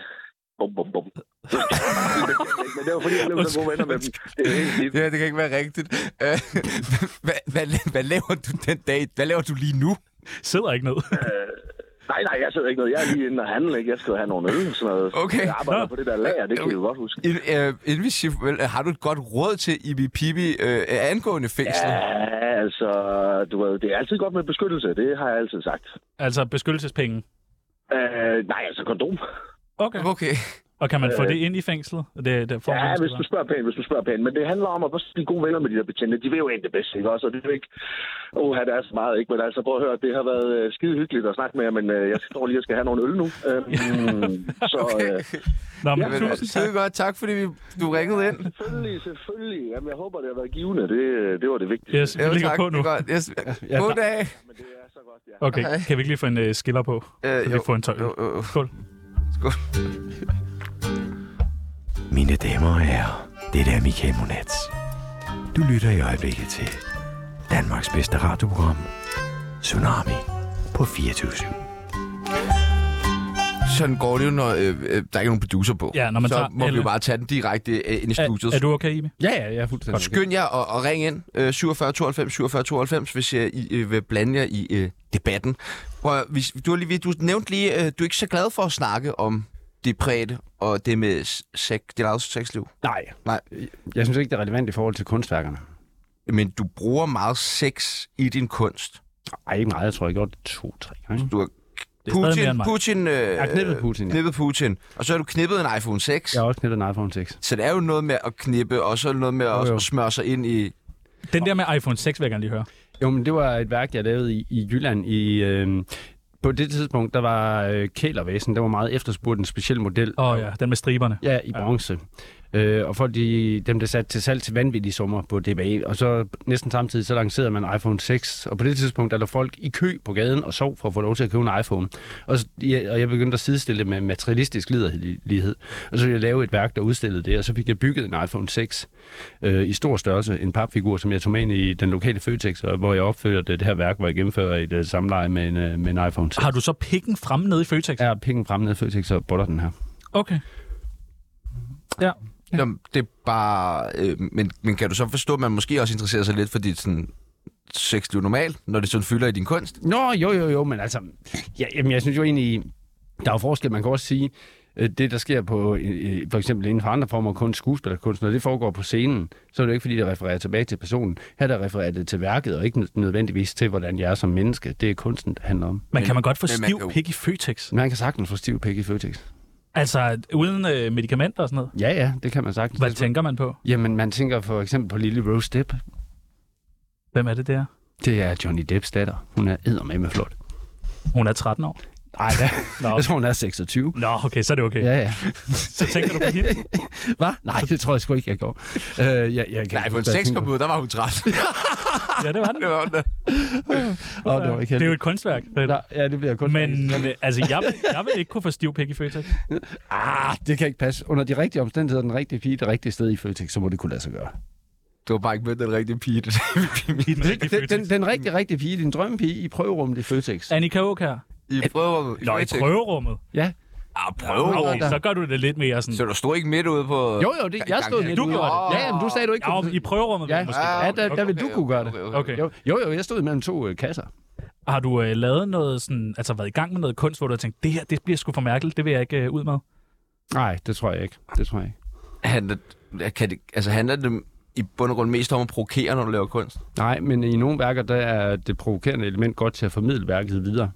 Speaker 7: Bum, bum, bum. men det var fordi, jeg blev så gode venner med dem. Det er helt vildt.
Speaker 1: Ja, det kan ikke være rigtigt. Øh, hvad, hvad, hvad, laver du den dag? Hvad laver du lige nu?
Speaker 4: Sidder ikke ned.
Speaker 7: Nej, nej, jeg sidder ikke noget. Jeg er lige inde og handle, ikke? Jeg skal jo have nogle øl og sådan noget.
Speaker 1: Okay.
Speaker 7: Jeg arbejder
Speaker 4: Nå.
Speaker 7: på det der lager, det kan vi jo godt huske.
Speaker 1: In, øh, inden vi siger farvel, øh, har du et godt råd til Ibi Pibi øh, angående fængsel? Ja.
Speaker 7: Ja, altså, du ved, det er altid godt med beskyttelse. Det har jeg altid sagt.
Speaker 4: Altså beskyttelsespenge.
Speaker 7: Øh, nej, altså kondom.
Speaker 4: Okay.
Speaker 1: Okay.
Speaker 4: Og kan man få det ind i fængslet? Det, det får
Speaker 7: Øh, Ja,
Speaker 4: man
Speaker 7: hvis du
Speaker 4: måske
Speaker 7: spørger pænt, hvis du spørger pænt. Men det handler om at også blive gode venner med de der betjente. De vil jo egentlig det bedste, ikke også? Og det er jo ikke... Åh, det er så meget, ikke? Men altså, prøv at høre, det har været øh, skide hyggeligt at snakke med jer, men øh, jeg står lige og skal have nogle øl nu. Øhm, så øh,
Speaker 4: bare. Nå, men
Speaker 1: Men,
Speaker 4: tusind tak.
Speaker 1: Skide godt. Tak, fordi vi, du ringede ind.
Speaker 7: selvfølgelig, selvfølgelig. Jamen, jeg håber, det har været givende. Det, øh, det var det vigtigste.
Speaker 4: Yes, vi
Speaker 1: Jo,
Speaker 4: ligger
Speaker 1: tak.
Speaker 4: på
Speaker 1: det
Speaker 4: nu.
Speaker 1: er Godt. Yes. God dag.
Speaker 7: Men det er så godt, ja.
Speaker 4: Okay,
Speaker 1: Hej.
Speaker 4: kan vi ikke lige få en øh, skiller på?
Speaker 1: Øh,
Speaker 4: Øh, vi
Speaker 1: jo.
Speaker 4: får en tøj.
Speaker 1: Jo, jo, jo.
Speaker 4: Skål.
Speaker 8: Mine damer og herrer, det er Michael Monats. Du lytter i øjeblikket til Danmarks bedste radioprogram, Tsunami på 24
Speaker 1: Sådan går det jo, når øh, øh, der er ikke nogen producer på.
Speaker 4: Ja, når man
Speaker 1: så
Speaker 4: tager
Speaker 1: må vi jo
Speaker 4: alle-
Speaker 1: bare tage den direkte øh, ind i studiet.
Speaker 4: Er, er du okay, Ibe?
Speaker 3: Ja, ja, jeg er fuldstændig. okay.
Speaker 1: Skynd jer og, og ring ind øh, 47 92 47 92, hvis øh, I øh, vil blande jer i øh, debatten. Prøv, at- hvis, du, har lige, du nævnte lige, øh, du er ikke så glad for at snakke om det private og det med s- sek, dit eget sexliv.
Speaker 3: Nej.
Speaker 1: Nej.
Speaker 3: Jeg synes ikke, det er relevant i forhold til kunstværkerne.
Speaker 1: Men du bruger meget sex i din kunst.
Speaker 3: Ej, ikke meget. Jeg tror, jeg gjorde det to-tre gange.
Speaker 1: Du har
Speaker 4: Det er stadig mere
Speaker 1: Putin,
Speaker 4: end mig.
Speaker 1: Putin, øh,
Speaker 3: Jeg har knippet Putin, ja.
Speaker 1: knippet Putin, og så har du knippet en iPhone 6.
Speaker 3: Jeg har også knippet en iPhone 6.
Speaker 1: Så det er jo noget med at knippe, og så er det noget med at
Speaker 3: jo.
Speaker 1: smøre sig ind i...
Speaker 4: Den der med iPhone 6 vil jeg gerne lige høre.
Speaker 3: Jo, men det var et værk, jeg lavede i, i Jylland i... Øh, på det tidspunkt, der var øh, kælervæsen, der var meget efterspurgt en speciel model.
Speaker 4: Åh oh, ja, den med striberne.
Speaker 3: Ja, i bronze. Øh, og folk, de, dem der satte til salg til vanvittige summer på DBA, og så næsten samtidig, så lancerede man iPhone 6, og på det tidspunkt, der lå folk i kø på gaden og sov for at få lov til at købe en iPhone. Og, så, ja, og jeg begyndte at sidestille det med materialistisk liderlighed, og så ville jeg lave et værk, der udstillede det, og så fik jeg bygget en iPhone 6 øh, i stor størrelse, en papfigur, som jeg tog med ind i den lokale Føtex, og hvor jeg opførte det her værk, hvor jeg gennemfører et øh, samleje med en, øh, med en iPhone 6.
Speaker 4: Har du så pikken frem nede i Føtex?
Speaker 3: Jeg har penge frem ned i Føtex og butter den her.
Speaker 4: Okay. Ja.
Speaker 1: Ja. Det er bare... Øh, men, men kan du så forstå, at man måske også interesserer sig lidt for dit sådan, sexliv normalt, når det sådan fylder i din kunst?
Speaker 3: Nå, jo, jo, jo, men altså, ja, jamen, jeg synes jo egentlig, der er jo forskel, man kan også sige, øh, det, der sker på, øh, for eksempel inden for andre former, kun skuespillerkunst, når det foregår på scenen, så er det jo ikke, fordi det refererer tilbage til personen. Her der refererer det til værket, og ikke nødvendigvis til, hvordan jeg er som menneske. Det er kunsten, det handler om.
Speaker 4: Men kan man godt få
Speaker 9: men man
Speaker 4: stiv
Speaker 9: kan jo-
Speaker 4: pik i Føtex?
Speaker 3: Man kan sagtens få stiv pik i Føtex.
Speaker 4: Altså, uden øh, medicamenter og sådan noget?
Speaker 3: Ja, ja, det kan man sagtens.
Speaker 4: Hvad tænker man på?
Speaker 3: Jamen, man tænker for eksempel på Lille Rose Depp.
Speaker 4: Hvem er det der?
Speaker 3: Det er Johnny Depps datter. Hun er eddermame flot.
Speaker 4: Hun er 13 år.
Speaker 3: Nej, da.
Speaker 4: Nå,
Speaker 3: Jeg tror, hun er 26.
Speaker 4: Nå okay, så er det okay.
Speaker 3: Ja, ja.
Speaker 4: Så tænker du på hende?
Speaker 3: Hvad? Nej, det tror jeg sgu ikke, jeg går. Øh, jeg, jeg kan
Speaker 9: Nej, på en
Speaker 3: huske, hvad jeg tænker.
Speaker 9: sexkomputer, der var hun træt.
Speaker 4: Ja, det var den.
Speaker 9: det var det.
Speaker 3: Åh, det var
Speaker 4: det er
Speaker 3: ikke
Speaker 4: jo
Speaker 3: heldigt.
Speaker 4: et kunstværk.
Speaker 3: Nej, ja, det bliver kun...
Speaker 4: Men øh, altså, jeg, vil- jeg vil ikke kunne få stiv pik i Føtex.
Speaker 3: Ah, det kan ikke passe. Under de rigtige omstændigheder, den rigtige pige, det rigtige sted i Føtex, så må det kunne lade sig gøre.
Speaker 9: Du var bare ikke med den rigtige pige.
Speaker 4: I den rigtige
Speaker 3: Den,
Speaker 4: Føtex.
Speaker 3: den, den rigtige, rigtige pige, din drømmepige i prøverummet i Føtex.
Speaker 4: Annika Aukær.
Speaker 9: I prøverummet.
Speaker 4: Nå, i prøverummet.
Speaker 3: Ja.
Speaker 9: Ah,
Speaker 4: Okay,
Speaker 9: prøverummet.
Speaker 4: så gør du det lidt mere sådan...
Speaker 9: Så du stod ikke midt ude på...
Speaker 3: Jo, jo, det, jeg stod midt
Speaker 4: Du
Speaker 3: ude.
Speaker 4: gjorde det.
Speaker 3: Ja, men du sagde du ikke
Speaker 4: Ja,
Speaker 3: kunne...
Speaker 4: i prøverummet
Speaker 3: Ja,
Speaker 4: ja. måske.
Speaker 3: ja der, der vil du kunne gøre det.
Speaker 4: Okay.
Speaker 3: Jo, jo, jo, jeg stod mellem to øh, kasser.
Speaker 4: Har du øh, lavet noget sådan... Altså været i gang med noget kunst, hvor du har tænkt, det her, det bliver sgu for mærkeligt, det vil jeg ikke øh, ud med.
Speaker 3: Nej, det tror jeg ikke. Det tror jeg ikke.
Speaker 9: Handler, kan det, altså, handler det i bund og grund mest om at provokere, når du laver kunst?
Speaker 3: Nej, men i nogle værker, der er det provokerende element godt til at formidle værket videre.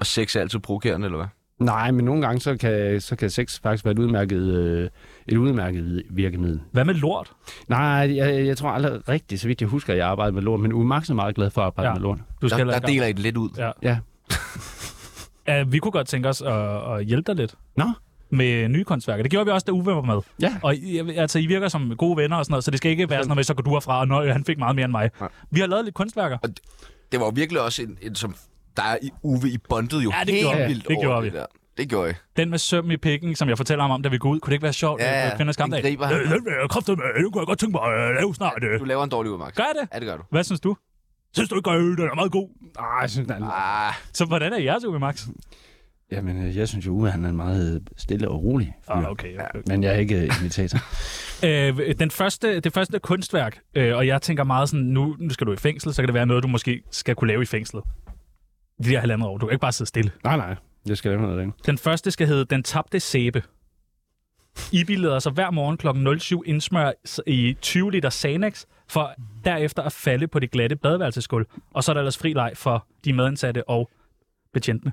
Speaker 9: Og sex er altid provokerende, eller hvad?
Speaker 3: Nej, men nogle gange, så kan, så kan sex faktisk være et udmærket, øh, et udmærket virkemiddel.
Speaker 4: Hvad med lort?
Speaker 3: Nej, jeg, jeg tror aldrig rigtigt, så vidt jeg husker, at jeg arbejdede med lort, men Uge Max er meget glad for at arbejde
Speaker 4: Ja.
Speaker 3: ja. med lort.
Speaker 4: Du
Speaker 9: Der,
Speaker 4: skal
Speaker 9: der
Speaker 4: heller ikke
Speaker 9: deler I det lidt ud.
Speaker 4: Ja.
Speaker 3: Ja.
Speaker 4: Uh, vi kunne godt tænke os at, at hjælpe dig lidt.
Speaker 3: Nå.
Speaker 4: Med nye kunstværker. Det gjorde vi også, da Uwe var med.
Speaker 3: Ja.
Speaker 4: Og I, altså, I virker som gode venner og sådan noget, så det skal ikke være sådan noget med, så går du herfra, og nøj, han fik meget mere end mig.
Speaker 9: Nej.
Speaker 4: Vi har lavet lidt kunstværker.
Speaker 9: Det var jo virkelig også en, en som... Der er i Uwe i bondet jo
Speaker 4: Ja, det
Speaker 9: helt
Speaker 4: gjorde vi.
Speaker 9: vildt
Speaker 4: Det
Speaker 9: over
Speaker 4: gjorde
Speaker 9: det
Speaker 4: vi.
Speaker 9: der. Det gjorde jeg.
Speaker 4: Den med søm i pikken, som jeg fortæller ham om, da vi går ud, kunne det ikke være sjovt?
Speaker 9: Ja,
Speaker 4: øh, på kvindernes
Speaker 9: den
Speaker 4: kampdag?
Speaker 9: griber han.
Speaker 4: Øh, Den vil jeg kraftedeme, den kunne jeg godt tænke mig at lave snart. øh.
Speaker 9: Du laver en dårlig Uwe, Max.
Speaker 4: Gør jeg det?
Speaker 9: Ja, det gør du.
Speaker 4: Hvad synes du? Synes du ikke, at øh, den er meget god? Ah,
Speaker 3: Nej, jeg synes, han...
Speaker 9: Ah,
Speaker 4: Så hvordan er jeres uge, Max?
Speaker 3: Jamen, øh, jeg synes jo, Uwe, han er en meget øh, stille og rolig. fyr.
Speaker 4: Ah, okay. okay.
Speaker 3: Men jeg er ikke øh, imitator.
Speaker 4: Øh, den første, det første kunstværk, øh, og jeg tænker meget sådan, nu, nu skal du i fængsel, så kan det være noget, du måske skal kunne lave i fængslet. De der halvandet år. Du kan ikke bare sidde stille.
Speaker 3: nej, nej. Jeg skal lave noget derinde.
Speaker 4: Den første skal hedde Den tabte sæbe. I billeder sig hver morgen kl. 07 indsmør s- i 20 liter Sanex, for derefter at falde på det glatte badeværelsesgulv. Og så er der ellers fri leg for de medindsatte og betjentene.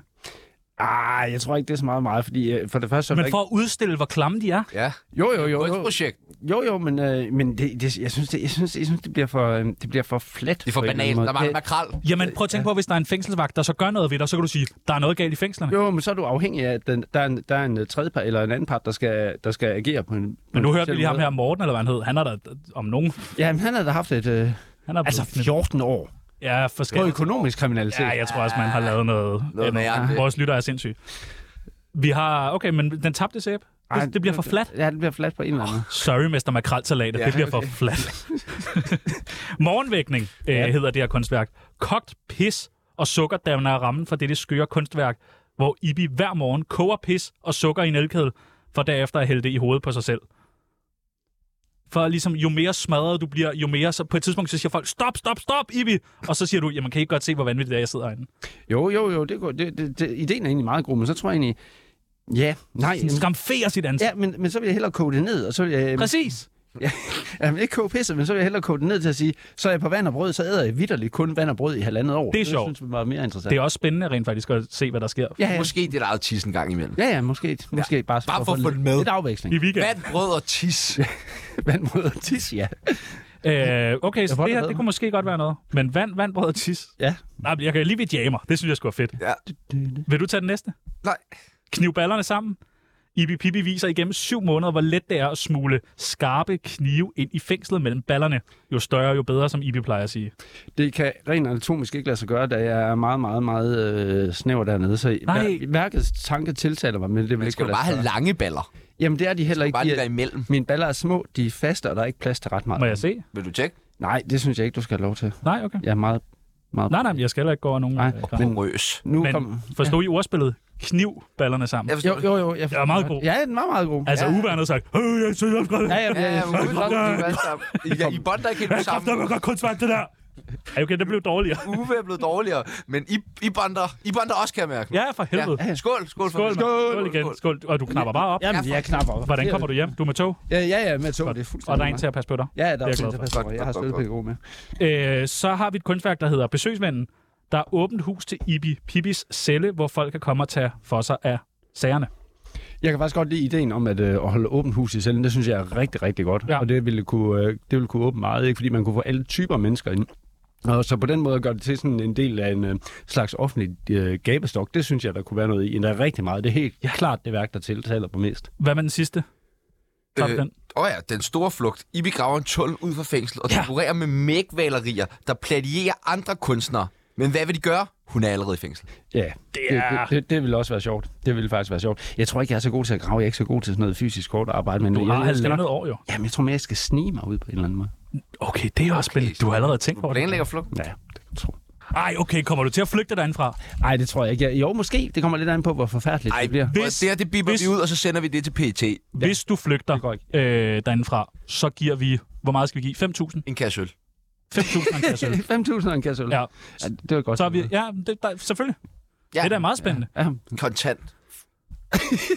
Speaker 3: Ah, jeg tror ikke, det er så meget meget, fordi øh, for det første... Så er der
Speaker 4: Men for at udstille, hvor klamme de er.
Speaker 9: ja.
Speaker 3: ikke... Jo, jo, jo.
Speaker 9: Det er et
Speaker 3: Jo,
Speaker 9: projekt.
Speaker 3: jo, jo men, øh, men det, det, jeg, synes, det, jeg, synes, jeg synes, det bliver for, øh, det bliver for flat.
Speaker 9: Det er for
Speaker 3: på en eller
Speaker 9: banalt.
Speaker 3: anden måde.
Speaker 9: Der mangler makrel.
Speaker 4: Jamen prøv at tænke på, hvis der er en fængselsvagt, der så gør noget ved dig, så kan du sige, der er noget galt i fængslerne.
Speaker 3: Jo, men så er du afhængig af, at den, der, er en, der er en øh, tredjepart eller en anden part, der skal, der skal agere på en... på
Speaker 4: Men nu
Speaker 3: en
Speaker 4: hørte vi
Speaker 3: speciel
Speaker 4: lige ham
Speaker 3: måde.
Speaker 4: her, Morten, eller hvad han hed. Han er der om nogen.
Speaker 3: Ja, men han har da haft et... Øh,
Speaker 4: Han er
Speaker 3: altså
Speaker 4: blevet sådan-
Speaker 3: 14 år
Speaker 4: Ja,
Speaker 3: på
Speaker 4: forskelligt.
Speaker 3: økonomisk kriminalitet.
Speaker 4: Ja, jeg tror også, man har lavet noget.
Speaker 9: Noget med jer.
Speaker 4: Vores lytter er sindssyge. Vi har... Okay, men den tabte sæbe.
Speaker 3: Ej,
Speaker 4: Det bliver for flat.
Speaker 3: Ja, det bliver flat på en eller anden måde.
Speaker 4: Sorry, Mester Makrelsalat, ja, det bliver for fladt. Morgenvækning øh, hedder det her kunstværk. Kogt pis og sukker danner rammen for dette skøre kunstværk, hvor Ibi hver morgen koger pis og sukker i en elkedel, for derefter at hælde det i hovedet på sig selv. For ligesom, jo mere smadret du bliver, jo mere... Så på et tidspunkt så siger folk, stop, stop, stop, Ibi! Og så siger du, jamen kan I ikke godt se, hvor vanvittigt det er, jeg sidder herinde?
Speaker 3: Jo, jo, jo, det, går, det, det, det, ideen er egentlig meget god, men så tror jeg egentlig... Ja, nej,
Speaker 4: Sådan Skamfer sit ansigt.
Speaker 3: ja, men, men så vil jeg hellere koge det ned, og så vil jeg...
Speaker 4: Ja. Præcis!
Speaker 3: Jamen, ikke koge pisse, men så vil jeg hellere koge det ned til at sige, så er jeg på vand og brød, så æder jeg vidderligt kun vand og brød i halvandet år.
Speaker 4: Det er sjovt.
Speaker 3: synes jeg var mere interessant.
Speaker 4: Det er også spændende rent faktisk at se, hvad der sker.
Speaker 3: ja, ja.
Speaker 9: Måske det er der eget tis en gang imellem.
Speaker 3: Ja, ja, måske, måske bare,
Speaker 9: bare for at
Speaker 3: få
Speaker 9: få
Speaker 3: lidt-
Speaker 9: den med.
Speaker 3: Lidt afveksling.
Speaker 4: I weekenden.
Speaker 9: Vand, brød og tis.
Speaker 3: Vand mod og tis, ja.
Speaker 4: Øh, okay, så
Speaker 3: prøver
Speaker 4: det her,
Speaker 3: det
Speaker 4: det
Speaker 3: med.
Speaker 4: kunne måske godt være noget. Men vand, vand, brød og tis.
Speaker 3: Ja.
Speaker 4: Nej, men jeg kan lige ved jammer. Det synes jeg skulle være fedt.
Speaker 9: Ja.
Speaker 4: Vil du tage den næste?
Speaker 9: Nej.
Speaker 4: Kniv ballerne sammen. Ibi Pippi viser igennem syv måneder, hvor let det er at smule skarpe knive ind i fængslet mellem ballerne. Jo større, jo bedre, som Ibi plejer at sige.
Speaker 3: Det kan rent anatomisk ikke lade sig gøre, da jeg er meget, meget, meget øh, snæver dernede. Så
Speaker 4: Nej.
Speaker 3: vær- værkets tanke tiltaler mig, men det vil
Speaker 9: Man
Speaker 3: ikke
Speaker 9: skal
Speaker 3: kunne
Speaker 9: jo
Speaker 3: lade
Speaker 9: bare
Speaker 3: sig
Speaker 9: have
Speaker 3: gøre.
Speaker 9: lange baller.
Speaker 3: Jamen, det er de heller ikke.
Speaker 9: Bare
Speaker 3: De
Speaker 9: det der
Speaker 3: er,
Speaker 9: imellem.
Speaker 3: mine baller er små, de er faste, og der er ikke plads til ret meget.
Speaker 4: Må jeg se?
Speaker 9: Vil du tjekke?
Speaker 3: Nej, det synes jeg ikke, du skal have lov til.
Speaker 4: Nej, okay.
Speaker 3: Jeg er meget... meget
Speaker 4: Nej, nej, men jeg skal heller ikke gå over nogen.
Speaker 3: Nej,
Speaker 4: øh, grænser.
Speaker 9: Men røs.
Speaker 3: Nu
Speaker 4: Men-
Speaker 3: kom...
Speaker 4: Forstod I ordspillet? Kniv ballerne sammen.
Speaker 9: Jeg forstår
Speaker 3: Jo,
Speaker 9: det.
Speaker 3: jo, jo. Jeg
Speaker 4: Jeg er meget god.
Speaker 3: Ja, den var meget god.
Speaker 4: Altså,
Speaker 3: ja.
Speaker 4: Uwe han har sagt, Øh, jeg synes, jeg har skrevet.
Speaker 3: Ja, ja,
Speaker 9: Ja,
Speaker 3: ja,
Speaker 9: ja, men
Speaker 3: ja.
Speaker 9: vi kan godt lide dem alle sammen. I, I bånd, der kan du
Speaker 4: Jeg
Speaker 9: sammen.
Speaker 4: kræfter, godt kunstværk, det der. Ej, Okay, det blev dårligere.
Speaker 1: Uwe er blevet dårligere, men I, I, bander, I bander også, kan jeg mærke.
Speaker 4: Ja, for helvede.
Speaker 1: Ja. Skål, skål for
Speaker 4: Skål,
Speaker 1: det.
Speaker 4: skål, skål igen. Skål. Og du knapper bare op.
Speaker 3: Jamen, jeg knapper op.
Speaker 4: Hvordan kommer du hjem? Du er med tog,
Speaker 3: Ja, ja, ja, med tog, det er fuldstændig.
Speaker 4: og der er en til at passe på dig.
Speaker 3: Ja, der er
Speaker 4: jeg
Speaker 3: også
Speaker 4: glad
Speaker 3: en til
Speaker 4: for.
Speaker 3: at passe på. Jeg har spillepædagog med.
Speaker 4: Øh, så har vi et kunstværk, der hedder Besøgsvennen. Der er åbent hus til Ibi Pibis celle, hvor folk kan komme og tage for sig af sagerne.
Speaker 3: Jeg kan faktisk godt lide ideen om at, øh, at holde åbent hus i cellen. Det synes jeg er rigtig, rigtig godt.
Speaker 4: Ja.
Speaker 3: Ja. Og det ville, kunne, øh, det ville kunne åbne meget, ikke? fordi man kunne få alle typer mennesker ind. Og så på den måde gør det til sådan en del af en øh, slags offentlig øh, gabestok. Det synes jeg, der kunne være noget i. Der er rigtig meget. Det er helt ja. klart det værk, der tiltaler på mest.
Speaker 4: Hvad med den sidste? Top
Speaker 1: Øh,
Speaker 4: den.
Speaker 1: Åh ja, den store flugt. Ibi graver en tunnel ud fra fængslet og
Speaker 4: Ja.
Speaker 1: dekorerer med mækvalerier, der pladierer andre kunstnere. Men hvad vil de gøre? Hun er allerede i fængsel.
Speaker 3: Ja, det, det,
Speaker 4: er-
Speaker 3: det, det ville også være sjovt. Det ville faktisk være sjovt. Jeg tror ikke, jeg er så god til at grave. Jeg er ikke så god til sådan noget fysisk hårdt arbejde. Men
Speaker 4: Du
Speaker 3: jeg,
Speaker 4: har
Speaker 3: jeg, skal
Speaker 4: halvandet
Speaker 3: nok-
Speaker 4: år jo.
Speaker 3: Jamen, jeg tror mere, jeg skal snige mig ud på en eller anden måde.
Speaker 4: Okay, det er også spændende. Du har allerede tænkt på det.
Speaker 1: Planlægger flugt.
Speaker 3: Ja, det kan jeg tro.
Speaker 4: Ej, okay, kommer du til at flygte derindfra?
Speaker 3: Nej, det tror jeg ikke. Jeg- Jo, måske. Det kommer lidt an på, hvor forfærdeligt
Speaker 1: Ej,
Speaker 3: det bliver.
Speaker 1: hvis,
Speaker 4: Hvis-
Speaker 1: det her, det bipper
Speaker 4: hvis-
Speaker 1: vi ud, og så sender vi det til E PT.
Speaker 4: Hvis du flygter
Speaker 3: det går ikke.
Speaker 4: øh, derindfra, så giver vi... Hvor meget skal vi give? 5.000?
Speaker 1: En kasse øl.
Speaker 4: 5.000 en kasse øl.
Speaker 3: 5.000 og en kasse øl.
Speaker 4: Ja.
Speaker 3: Ja, det var godt.
Speaker 4: Så er vi... Ja, det, der, selvfølgelig. Ja.
Speaker 1: Ja.
Speaker 4: Det er da meget spændende.
Speaker 3: Ja,
Speaker 1: Kontant.
Speaker 3: 5.000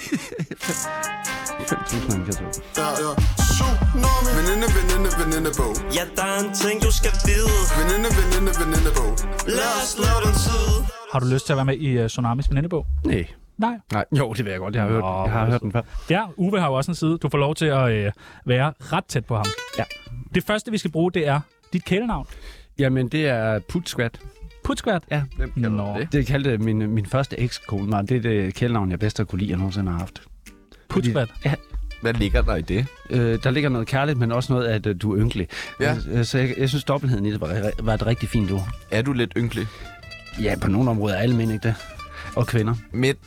Speaker 3: og en kasse øl.
Speaker 10: Ja, ja. Tsunami. Veninde, veninde, veninde på.
Speaker 5: Ja, der er en ting, du skal vide.
Speaker 10: Veninde, veninde, veninde på.
Speaker 5: Lad os lave den tid.
Speaker 4: Har du lyst til at være med i uh, Tsunamis venindebog?
Speaker 3: Nej.
Speaker 4: Nej.
Speaker 3: Nej. Jo, det vil jeg godt. Jeg har hørt,
Speaker 4: Nå,
Speaker 3: jeg har hørt den før.
Speaker 4: Ja, Uwe har jo også en side. Du får lov til at øh, være ret tæt på ham.
Speaker 3: Ja.
Speaker 4: Det første, vi skal bruge, det er dit kælenavn.
Speaker 3: Jamen, det er Putsquat.
Speaker 4: Putskvært.
Speaker 3: Ja.
Speaker 4: Nå, det?
Speaker 3: Det kaldte min, min første ekskone mig. Det er det kælenavn, jeg bedst har kunne lide, jeg nogensinde har haft.
Speaker 4: Putskvært.
Speaker 3: Ja,
Speaker 1: Hvad ligger der i det?
Speaker 3: øh, der ligger noget kærligt, men også noget, at øh, du er ynkelig.
Speaker 1: Ja.
Speaker 3: Øh, Så jeg, jeg synes, dobbeltheden i det var, var et rigtig fint ord.
Speaker 1: Er du lidt ynkelig?
Speaker 3: Ja, på nogle områder er alle mænd ikke det. Og kvinder.
Speaker 1: Midt.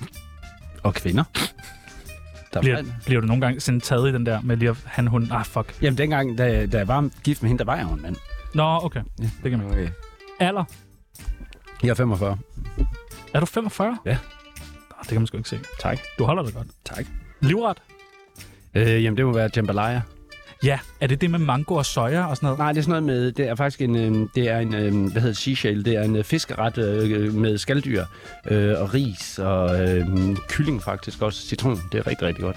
Speaker 3: Og kvinder. Der
Speaker 4: Bliver,
Speaker 3: var-
Speaker 4: bliver du nogle gange sådan taget i den der med lige at han, hun, ah fuck.
Speaker 3: Jamen, dengang, da, da jeg var gift med hende, der var jeg jo en mand.
Speaker 4: Nå, okay. Ja. Det kan man.
Speaker 1: Okay.
Speaker 4: Alder.
Speaker 3: Jeg er 45.
Speaker 4: Er du 45?
Speaker 3: Ja.
Speaker 4: Nå, det kan man sgu ikke se.
Speaker 3: Tak.
Speaker 4: Du holder dig godt.
Speaker 3: Tak.
Speaker 4: Livret.
Speaker 3: Øh, jamen, det må være jambalaya.
Speaker 4: Ja, er det det med mango og soja og sådan noget?
Speaker 3: Nej, det er sådan noget med, det er faktisk en, øhm, det er en, øhm, hvad hedder det, seashell, det er en øh, fiskeret øh, med skaldyr øh, og ris og øh, kylling faktisk også, citron, det er rigtig, rigtig godt.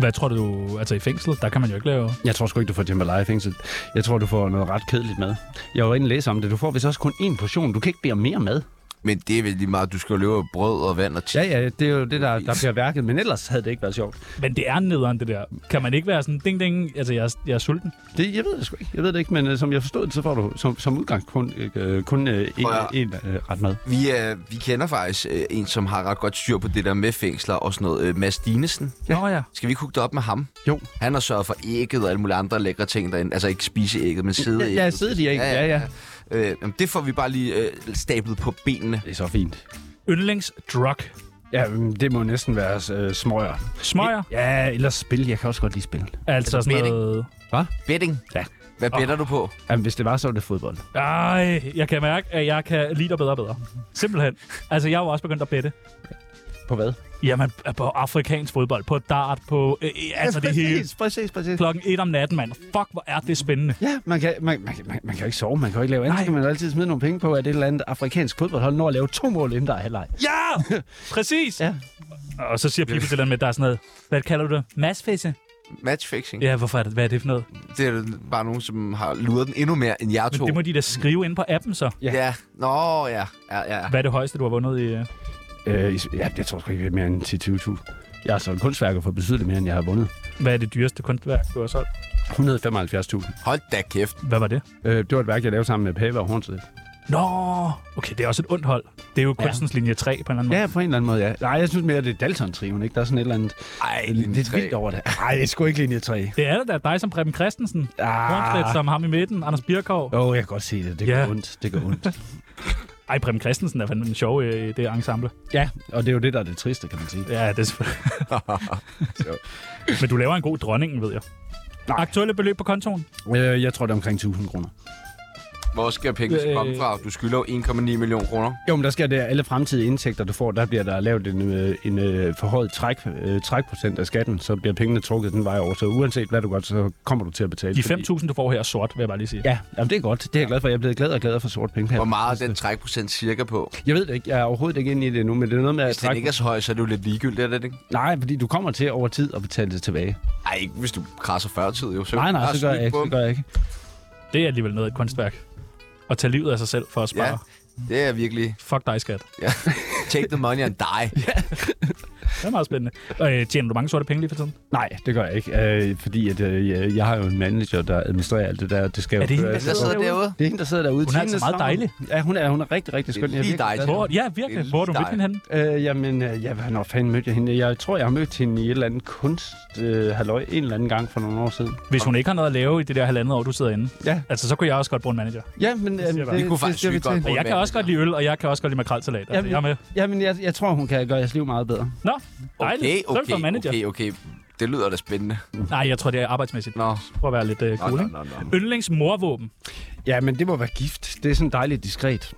Speaker 4: Hvad tror du, altså i fængslet, der kan man jo ikke lave...
Speaker 3: Jeg tror sgu ikke, du får jambalaya i fængsel. Jeg tror, du får noget ret kedeligt mad. Jeg var inde og læse om det, du får vist også kun én portion, du kan ikke bede om mere mad.
Speaker 1: Men det er vel lige meget, du skal jo leve af brød og vand og
Speaker 3: Ja, ja, det er jo det, der, der bliver værket, men ellers havde det ikke været sjovt.
Speaker 4: Men det er nederen, det der. Kan man ikke være sådan, ding, ding, altså jeg, er- jeg er sulten?
Speaker 3: Det, jeg ved det sgu ikke. Jeg ved det ikke, men øh, som jeg forstod det, så får du som, som udgangspunkt øh, kun øh, en,
Speaker 1: Prøv at-
Speaker 3: en øh, ret mad.
Speaker 1: Vi, øh, vi kender faktisk øh, en, som har ret godt styr på det der med fængsler og sådan noget. Øh, Mads Dinesen.
Speaker 4: Ja. Nå ja.
Speaker 1: Skal vi ikke hugge det op med ham?
Speaker 3: Jo.
Speaker 1: Han har sørget for ægget og alle mulige andre lækre ting derinde. Altså ikke spise ægget, men sidde ægget.
Speaker 3: Ja, sidder de ikke? Ja, ja. ja.
Speaker 1: Øh, jamen, det får vi bare lige øh, stablet på benene.
Speaker 3: Det er så fint.
Speaker 4: Yndlingsdrug.
Speaker 3: Ja, men det må næsten være øh, smøger.
Speaker 4: Smøger.
Speaker 3: Ja, eller spil. Jeg kan også godt lide spil.
Speaker 4: Altså sådan
Speaker 1: betting.
Speaker 4: noget...
Speaker 1: Betting.
Speaker 3: Ja.
Speaker 1: Hvad better du på?
Speaker 3: Jamen, hvis det var, så var det fodbold.
Speaker 4: Ej, jeg kan mærke, at jeg kan lide dig bedre og bedre. Simpelthen. Altså, jeg er jo også begyndt at bette.
Speaker 3: På hvad?
Speaker 4: Jamen, på afrikansk fodbold, på dart, på... Øh, øh, altså, det hele.
Speaker 3: præcis, præcis, præcis.
Speaker 4: Klokken et om natten, mand. Fuck, hvor er det spændende.
Speaker 3: Ja, man kan, man, man, man, man kan jo ikke sove, man kan jo ikke lave andet.
Speaker 4: Nej.
Speaker 3: Så kan man jo altid smide nogle penge på, at et eller andet afrikansk fodboldhold når at lave to mål, inden der er halvleg.
Speaker 4: Ja! Præcis!
Speaker 3: Ja.
Speaker 4: Og så siger Pippi til den med, der er sådan noget... Hvad kalder du det? Masfisse?
Speaker 1: Matchfixing.
Speaker 4: Ja, hvorfor er det? Hvad er det for noget?
Speaker 1: Det er bare nogen, som har luret den endnu mere end jer
Speaker 4: Men
Speaker 1: to.
Speaker 4: det må de da skrive ind på appen, så.
Speaker 1: ja. ja. Nå, ja. ja, ja.
Speaker 4: Hvad er det højeste, du har vundet i... øh?
Speaker 3: Øh, i- ja, jeg tror sgu ikke det er mere end 10-20.000. Jeg har solgt kunstværker for betydeligt mere, end jeg har vundet.
Speaker 4: Hvad er det dyreste kunstværk, du har solgt?
Speaker 3: 175.000.
Speaker 1: Hold da kæft.
Speaker 4: Hvad var det?
Speaker 3: Øh, det var et værk, jeg lavede sammen med Pave og Hornslet.
Speaker 4: Nå, okay, det er også et ondt hold. Det er jo kunstens linje 3 på en eller anden måde.
Speaker 3: Ja, på en eller anden måde, ja. Nej, jeg synes mere, at det er Dalton-triven, ikke? Der er sådan et eller andet... Ej,
Speaker 1: linje
Speaker 3: lidt
Speaker 1: tre.
Speaker 3: vildt over det. Nej, det er sgu ikke linje 3.
Speaker 4: Det er det da, dig som Preben Christensen. Kornstedt
Speaker 3: Ah.
Speaker 4: som ham i midten, Anders Birkov.
Speaker 3: Åh, oh, jeg kan godt se det. Det
Speaker 4: Ja.
Speaker 3: gør ondt. Det gør ondt.
Speaker 4: Ej, Preben Christensen er fandme den sjove i det ensemble.
Speaker 3: ja, og det er jo det, der er det triste, kan man sige.
Speaker 4: Ja, det er selvfølgelig. Men du laver en god dronning, ved jeg. Nej. Aktuelle beløb på kontoen?
Speaker 3: Øh, jeg tror, det er omkring 1000 kroner.
Speaker 1: Hvor skal pengene
Speaker 3: Øh.
Speaker 1: komme fra? Du skylder jo 1,9 millioner kroner.
Speaker 3: Jo, men der skal det, alle fremtidige indtægter, du får, der bliver der lavet en, øh, en øh, forhøjet træk, øh, trækprocent af skatten, så bliver pengene trukket den vej over. Så uanset hvad du gør, så kommer du til at betale.
Speaker 4: De
Speaker 3: fordi-
Speaker 4: 5.000, du får her, er sort, vil jeg bare lige sige.
Speaker 3: Ja, jamen det er godt. Det er jeg glad for. Jeg er blevet glad og glad for sort penge.
Speaker 1: Hvor meget er den trækprocent cirka på?
Speaker 3: Jeg ved det ikke. Jeg er overhovedet ikke inde i det nu, men det er noget med at
Speaker 1: Hvis den ikke er så høj, så er det jo lidt ligegyldigt, er det ikke?
Speaker 3: Nej, fordi du kommer til over tid at betale det tilbage.
Speaker 1: Ej, ikke hvis du krasser 40 tid, jo. Så
Speaker 3: Nej, nej,
Speaker 1: bare
Speaker 3: så gør jeg
Speaker 1: snyde
Speaker 3: ikke.
Speaker 1: på
Speaker 3: Så gør jeg ikke.
Speaker 4: Det er alligevel noget af et kunstværk. At tage livet af sig selv for at
Speaker 1: dem.
Speaker 4: spare.
Speaker 1: Ja, det er virkelig...
Speaker 4: Fuck dig, skat.
Speaker 1: Ja. Take the money and die.
Speaker 4: Det er meget spændende. Og, øh, tjener du mange sorte penge lige for tiden?
Speaker 3: Nej, det gør jeg ikke, øh, fordi at, øh, jeg- jeg har jo en manager, der administrerer alt det der. Det skal jo
Speaker 4: Er det hende,
Speaker 3: køres.
Speaker 1: Der sidder Altså, derude.
Speaker 3: det er hende, der sidder derude.
Speaker 4: Hun er altså
Speaker 3: Tine
Speaker 4: meget
Speaker 3: Straumer.
Speaker 4: dejlig.
Speaker 3: Ja, hun er, hun er rigtig, rigtig
Speaker 1: Det
Speaker 3: skøn.
Speaker 1: er lige dig,
Speaker 4: Hvor, ja, virkelig.
Speaker 1: Det er
Speaker 4: Hvor har du
Speaker 1: lige
Speaker 4: mødt
Speaker 1: dig.
Speaker 4: hende henne?
Speaker 3: Øh, jamen, øh, ja, hvornår fanden mødte jeg hende? Jeg tror, jeg har mødt hende i et eller andet kunst, øh, halløj, en eller anden gang for nogle år siden.
Speaker 4: Hvis hun ikke har noget at lave i det der halvandet år, du sidder inde.
Speaker 3: Ja.
Speaker 4: Altså, så kunne jeg også godt bruge en manager.
Speaker 3: Ja, men øh, det,
Speaker 4: bare. Vi
Speaker 1: kunne faktisk
Speaker 3: siger vi
Speaker 1: sygt godt
Speaker 3: til.
Speaker 1: bruge
Speaker 4: Og jeg kan
Speaker 1: manager.
Speaker 4: også godt lide øl, og jeg kan også godt lide makrelsalat. Altså,
Speaker 3: Jamen-
Speaker 4: jeg er med.
Speaker 3: Jamen, jeg, jeg tror, hun kan gøre jeres liv meget bedre.
Speaker 4: Nå,
Speaker 1: Okay,
Speaker 4: dejligt. Så er vi for
Speaker 1: okay,
Speaker 4: manager.
Speaker 1: okay, okay. Det lyder da spændende.
Speaker 4: Nej, jeg tror, det er arbejdsmæssigt.
Speaker 1: Nå.
Speaker 4: Prøv at være lidt øh,
Speaker 1: Nå,
Speaker 4: cool,
Speaker 1: nå,
Speaker 4: ikke?
Speaker 1: nå, nå.
Speaker 4: Yndlings morvåben.
Speaker 3: Ja, men det må være gift. Det er sådan dejligt diskret.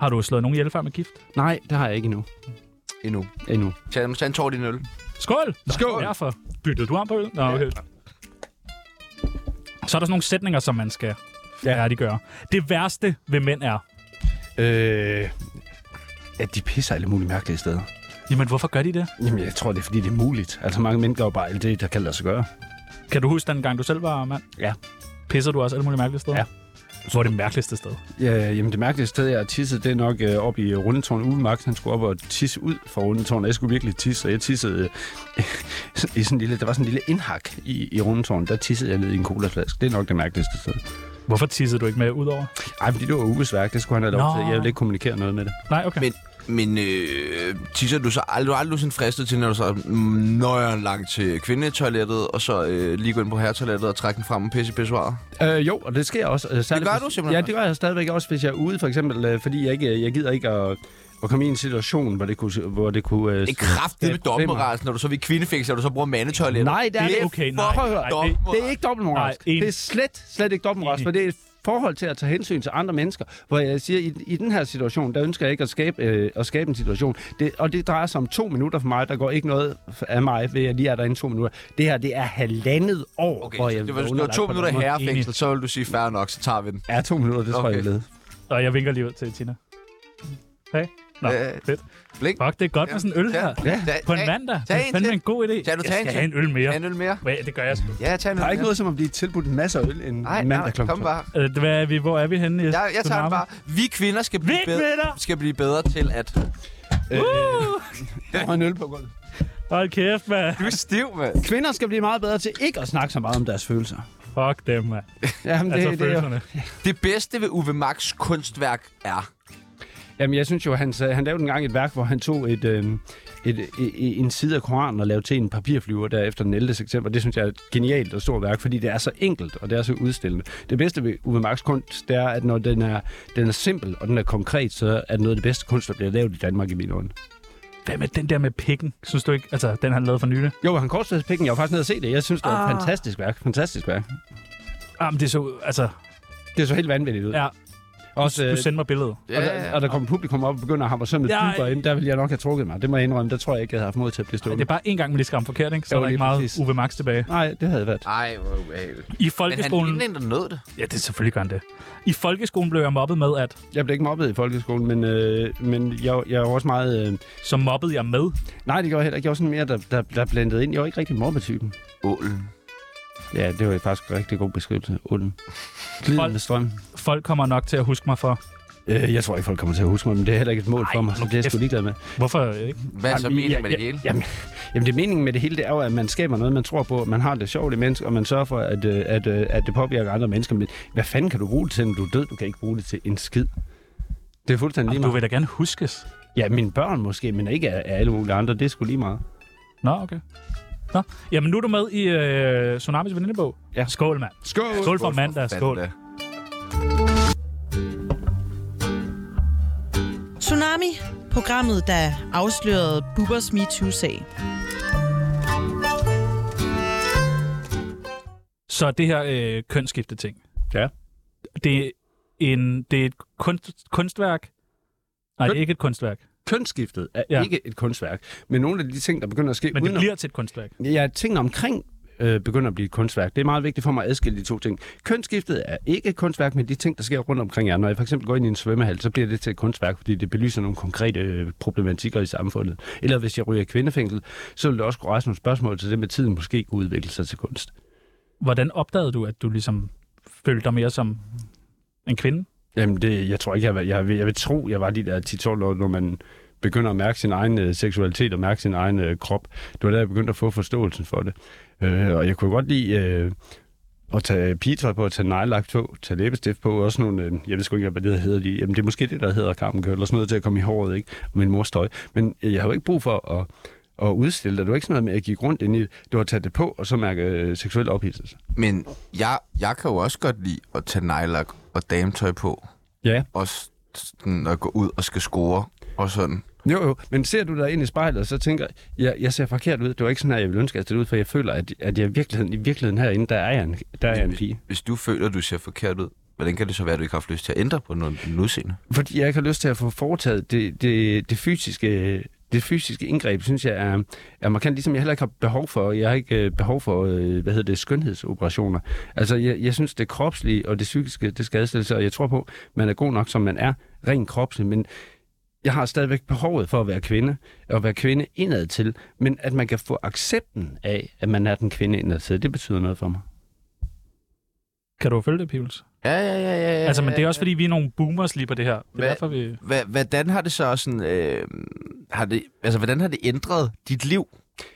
Speaker 4: Har du slået nogen ihjel før med gift?
Speaker 3: Nej, det har jeg ikke endnu.
Speaker 1: Endnu.
Speaker 3: Endnu.
Speaker 1: Tag, tag en tår i din øl.
Speaker 4: Skål!
Speaker 3: Skål!
Speaker 4: Derfor byttede du om på øl. Nå, okay. Så er der sådan nogle sætninger, som man skal færdiggøre. Det værste ved mænd er...
Speaker 3: Øh, at de pisser alle mulige mærkelige steder.
Speaker 4: Jamen, hvorfor gør de det?
Speaker 3: Jamen, jeg tror, det er, fordi det er muligt. Altså, mange mænd gør jo bare alt det, der kan lade sig gøre.
Speaker 4: Kan du huske den gang, du selv var mand?
Speaker 3: Ja.
Speaker 4: Pisser du også alle mulige mærkelige steder?
Speaker 3: Ja.
Speaker 4: Hvor er det mærkeligste sted?
Speaker 3: Ja, jamen, det mærkeligste sted, jeg har tisset, det er nok øh, op i Rundetårn. Uwe Max, han skulle op og tisse ud fra Rundetårn, og jeg skulle virkelig tisse, og jeg tissede øh, i sådan en lille, der var sådan en lille indhak i, i Rundetårn. Der tissede jeg ned i en colaflaske. Det er nok det mærkeligste sted.
Speaker 4: Hvorfor tissede du ikke med udover?
Speaker 3: Ej, fordi det var Uges værk, det skulle han have lov
Speaker 4: Nå.
Speaker 3: til. Jeg ville ikke kommunikere noget med det.
Speaker 4: Nej, okay.
Speaker 1: Men, men øh, tisser du så aldrig, du er aldrig sådan fristet til, når du så nøjer langt til kvindetoilettet, og så øh, lige gå ind på herretoilettet og trække den frem og pisse i pissoiret?
Speaker 3: Øh, jo, og det sker også. Øh, særligt
Speaker 1: gør
Speaker 3: hvis-
Speaker 1: du simpelthen
Speaker 3: Ja,
Speaker 1: også?
Speaker 3: det gør jeg stadigvæk også, hvis jeg er ude, for eksempel, øh, fordi jeg, ikke, jeg gider ikke at, at komme i en situation, hvor det kunne... Hvor det kunne øh,
Speaker 1: Det er kraftigt med
Speaker 3: skabe problemer.
Speaker 1: dobbeltmoralsk, når du så vil kvindefængsel, og du så bruger mandetoilettet.
Speaker 3: Nej, det er det,
Speaker 1: det
Speaker 3: det
Speaker 1: er
Speaker 4: okay, nej.
Speaker 1: fucking
Speaker 4: Nej, det-
Speaker 1: dobbeltmoralsk.
Speaker 3: Det er ikke dobbeltmoralsk.
Speaker 4: Nej, enig.
Speaker 3: Det er slet, slet ikke dobbeltmoralsk,
Speaker 4: Enig.
Speaker 3: for det er et forhold til at tage hensyn til andre mennesker, hvor jeg siger, i, i den her situation, der ønsker jeg ikke at skabe, øh, at skabe en situation. Det, og det drejer sig om to minutter for mig. Der går ikke noget af mig, ved at jeg lige er derinde to minutter. Det her, det er halvandet år,
Speaker 1: Okay,
Speaker 3: hvor jeg
Speaker 1: det var, det
Speaker 3: vågner
Speaker 1: var
Speaker 3: langt
Speaker 1: to
Speaker 3: fra
Speaker 1: minutter i
Speaker 3: Danmark.
Speaker 1: herrefængsel, så vil du sige, fair nok, så tager vi den.
Speaker 3: Ja, to minutter, det okay. tror jeg,
Speaker 1: Okay.
Speaker 3: jeg led.
Speaker 4: Og jeg vinker lige ud til Tina. Hey. Nå,
Speaker 1: Øh,
Speaker 4: fedt.
Speaker 1: Blink.
Speaker 4: Fuck, det er godt med sådan en øl her.
Speaker 3: Ja.
Speaker 1: Tag-
Speaker 4: På en
Speaker 1: tag-
Speaker 4: mandag.
Speaker 1: Tag
Speaker 4: det er
Speaker 1: en
Speaker 4: fandme
Speaker 1: til.
Speaker 4: en god idé.
Speaker 1: Tag, du
Speaker 4: jeg
Speaker 1: tager en
Speaker 4: skal
Speaker 1: til.
Speaker 4: have en øl mere.
Speaker 1: Tag en øl mere.
Speaker 4: Ja, det gør jeg sgu.
Speaker 1: Ja, tag en øl
Speaker 3: Der er ikke
Speaker 1: mere.
Speaker 3: noget, som om blive tilbudt en masse øl en
Speaker 1: Nej,
Speaker 3: mandag
Speaker 1: nej,
Speaker 3: klokken
Speaker 1: kom bare.
Speaker 4: Øh, Hvad er vi? Hvor er vi henne? i
Speaker 1: Jeg, jeg tager den
Speaker 4: Tsunami?
Speaker 1: bare. Vi kvinder skal blive,
Speaker 4: Vi kvinder!
Speaker 1: bedre, skal blive bedre til at...
Speaker 3: og en øl på gulvet.
Speaker 4: Hold kæft, mand.
Speaker 1: Du er stiv, mand.
Speaker 3: Kvinder skal blive meget bedre til ikke at snakke så meget om deres følelser.
Speaker 4: Fuck dem, mand.
Speaker 3: Jamen,
Speaker 4: Altså
Speaker 3: det, det, er jo-
Speaker 4: følelserne.
Speaker 1: Det bedste ved Uwe Max kunstværk er...
Speaker 3: Jamen, jeg synes jo, han, sagde- han lavede engang et værk, hvor han tog et, øh, et, øh, en side af Koranen og lavede til en papirflyver der efter den 11. september. Det synes jeg er et genialt og stort værk, fordi det er så enkelt, og det er så udstillende. Det bedste ved Uwe Marks kunst, det er, at når den er, den er simpel og den er konkret, så er det noget af det bedste kunst, der bliver lavet i Danmark i min øjne.
Speaker 4: Hvad med den der med pikken? Synes du ikke? Altså, den han lavede for nylig.
Speaker 3: Jo, han kortstedspikken, jeg var faktisk nede og se det. Jeg synes, det er et fantastisk værk. Fantastisk værk.
Speaker 4: Ah, men det så... Altså,
Speaker 3: Det så helt vanvittigt ud.
Speaker 4: ja.
Speaker 3: Også,
Speaker 4: Du
Speaker 3: øh,
Speaker 4: sender mig billedet.
Speaker 3: Og, der, og der kommer publikum op og begynder at hamre sådan lidt
Speaker 4: Ja,
Speaker 3: dybere ind, der vil jeg nok have trukket mig. Det må jeg indrømme, der tror jeg ikke, jeg havde haft mod til at blive
Speaker 4: Det
Speaker 3: stående.
Speaker 4: er bare en gang, man lige skal ramme forkert, ikke? Så
Speaker 3: Jo,
Speaker 4: er der ikke
Speaker 3: lige
Speaker 4: meget
Speaker 3: præcis.
Speaker 4: Uwe Max tilbage.
Speaker 3: Nej, det havde været.
Speaker 1: Ej, hvor ubehageligt.
Speaker 4: I
Speaker 1: Men han
Speaker 4: folkeskolen...
Speaker 1: lignede en, der nød det.
Speaker 4: Ja, det er selvfølgelig gør han det. I folkeskolen blev jeg mobbet med, at...
Speaker 3: Jeg blev ikke mobbet i folkeskolen, men, øh, men jeg, jeg var også meget... Øh,
Speaker 4: Så mobbede jeg med.
Speaker 3: nej, det gjorde jeg heller ikke. Jeg var sådan mere, der, der, der blandede ind. Jeg var ikke rigtig mobbetypen.
Speaker 1: Ålen.
Speaker 3: Ja, det var faktisk en rigtig god beskrivelse. Ulden. Glidende
Speaker 4: Folk-
Speaker 3: strøm.
Speaker 4: Folk kommer nok til at huske mig for.
Speaker 3: Øh, jeg tror ikke, folk kommer til at huske mig, men det er heller ikke et mål for mig.
Speaker 4: nu
Speaker 3: Det er jeg sgu
Speaker 4: kæft.
Speaker 3: ligeglad med.
Speaker 4: Hvorfor ikke?
Speaker 1: Hvad er så
Speaker 3: Jamen,
Speaker 1: meningen
Speaker 3: ja,
Speaker 1: med det
Speaker 3: ja,
Speaker 1: hele?
Speaker 3: Jamen, jamen, det meningen med det hele, det er jo, at man skaber noget, man tror på, man har det sjovt i mennesker, og man sørger for, at, øh, at, øh, at det påvirker andre mennesker. Men hvad fanden kan du bruge det til, når du er død? Du kan ikke bruge det til en skid. Det er fuldstændig lige
Speaker 4: Jamen, du
Speaker 3: meget.
Speaker 4: vil da gerne huskes.
Speaker 3: Ja, mine børn måske, men ikke af, af alle mulige andre. Det er sgu lige meget.
Speaker 4: Nå, okay. Nå. Jamen, nu er du med i øh, Tsunamis venindebog.
Speaker 3: Ja.
Speaker 4: Skål, mand.
Speaker 3: Skål!
Speaker 4: Skål for mandag.
Speaker 1: Fanden
Speaker 4: Skål.
Speaker 1: da.
Speaker 5: Tsunami, programmet, der afslørede Bubbers MeToo-sag.
Speaker 4: Så det her øh, kønsskifte ting.
Speaker 3: Ja.
Speaker 4: Det en, det er et kunst, kunstværk. Nej, det er ikke et kunstværk.
Speaker 3: Kønsskiftet er
Speaker 4: Ja.
Speaker 3: ja. ikke et kunstværk, men nogle af de ting, der begynder at ske
Speaker 4: Men det
Speaker 3: udenom-
Speaker 4: bliver til et kunstværk.
Speaker 3: Ja, tingene omkring øh, begynder at blive et kunstværk. Det er meget vigtigt for mig at adskille de to ting. Kønsskiftet er ikke et kunstværk, men de ting, der sker rundt omkring jer. Når jeg for eksempel går ind i en svømmehal, så bliver det til et kunstværk, fordi det belyser nogle konkrete øh, problematikker i samfundet. Eller hvis jeg ryger i kvindefængsel, så vil det også kunne rejse nogle spørgsmål til det med tiden måske kunne udvikle sig til kunst.
Speaker 4: Hvordan opdagede du, at du ligesom følte dig mere som en kvinde?
Speaker 3: Jamen, det, jeg tror ikke, jeg, var- jeg, vil- jeg vil tro, jeg var de der 10-12 år, når man begynder at mærke sin egen øh, seksualitet og mærke sin egen øh, krop. Det var der, jeg begyndte at få forståelsen for det. Øh, og jeg kunne godt lide øh, at tage pigetøj på, at tage nejlagt på, tage læbestift på, også nogle, øh, jeg ved sgu ikke, hvad det hedder lige. Jamen, det er måske det, der hedder karmenkøl, eller sådan noget til at komme i håret, ikke? Og min mors tøj. Men øh, jeg har jo ikke brug for at, at udstille det. Det var ikke sådan noget med, at jeg gik rundt ind i det. Det var at tage det på, og så mærke øh, seksuel ophidselse.
Speaker 9: Men jeg, jeg kan jo også godt lide at tage nejlak og dametøj på.
Speaker 3: Ja.
Speaker 9: Og s- sådan at gå ud og skal score og sådan.
Speaker 3: Jo, jo, men ser du dig ind i spejlet, og så tænker jeg, jeg ser forkert ud. Det var ikke sådan, at jeg ville ønske, at jeg stod ud, for jeg føler, at, at jeg i virkeligheden, i virkeligheden herinde, der er jeg en, der er jeg en pige.
Speaker 9: Hvis du føler, at du ser forkert ud, hvordan kan det så være, at du ikke har haft lyst til at ændre på noget din udseende?
Speaker 3: Fordi jeg ikke har lyst til at få foretaget det, det, det fysiske det fysiske indgreb, synes jeg, er, er markant, ligesom jeg heller ikke har behov for. Jeg har ikke øh, behov for, øh, hvad hedder det, skønhedsoperationer. Altså, jeg, jeg synes, det kropslige og det psykiske, det skal adstille sig, og jeg tror på, man er god nok, som man er, rent kropsligt, men jeg har stadigvæk behovet for at være kvinde, og være kvinde indad til, men at man kan få accepten af, at man er den kvinde indad til, det betyder noget for mig.
Speaker 4: Kan du følge det, Pibels?
Speaker 9: Ja, ja, ja, ja.
Speaker 4: Altså, men det er også, fordi vi er nogle boomers lige på det her. Det er
Speaker 9: Hvad-
Speaker 4: derfor, vi...
Speaker 9: Hva, hvordan har det så sådan... Øh, har det, altså, hvordan har det ændret dit liv?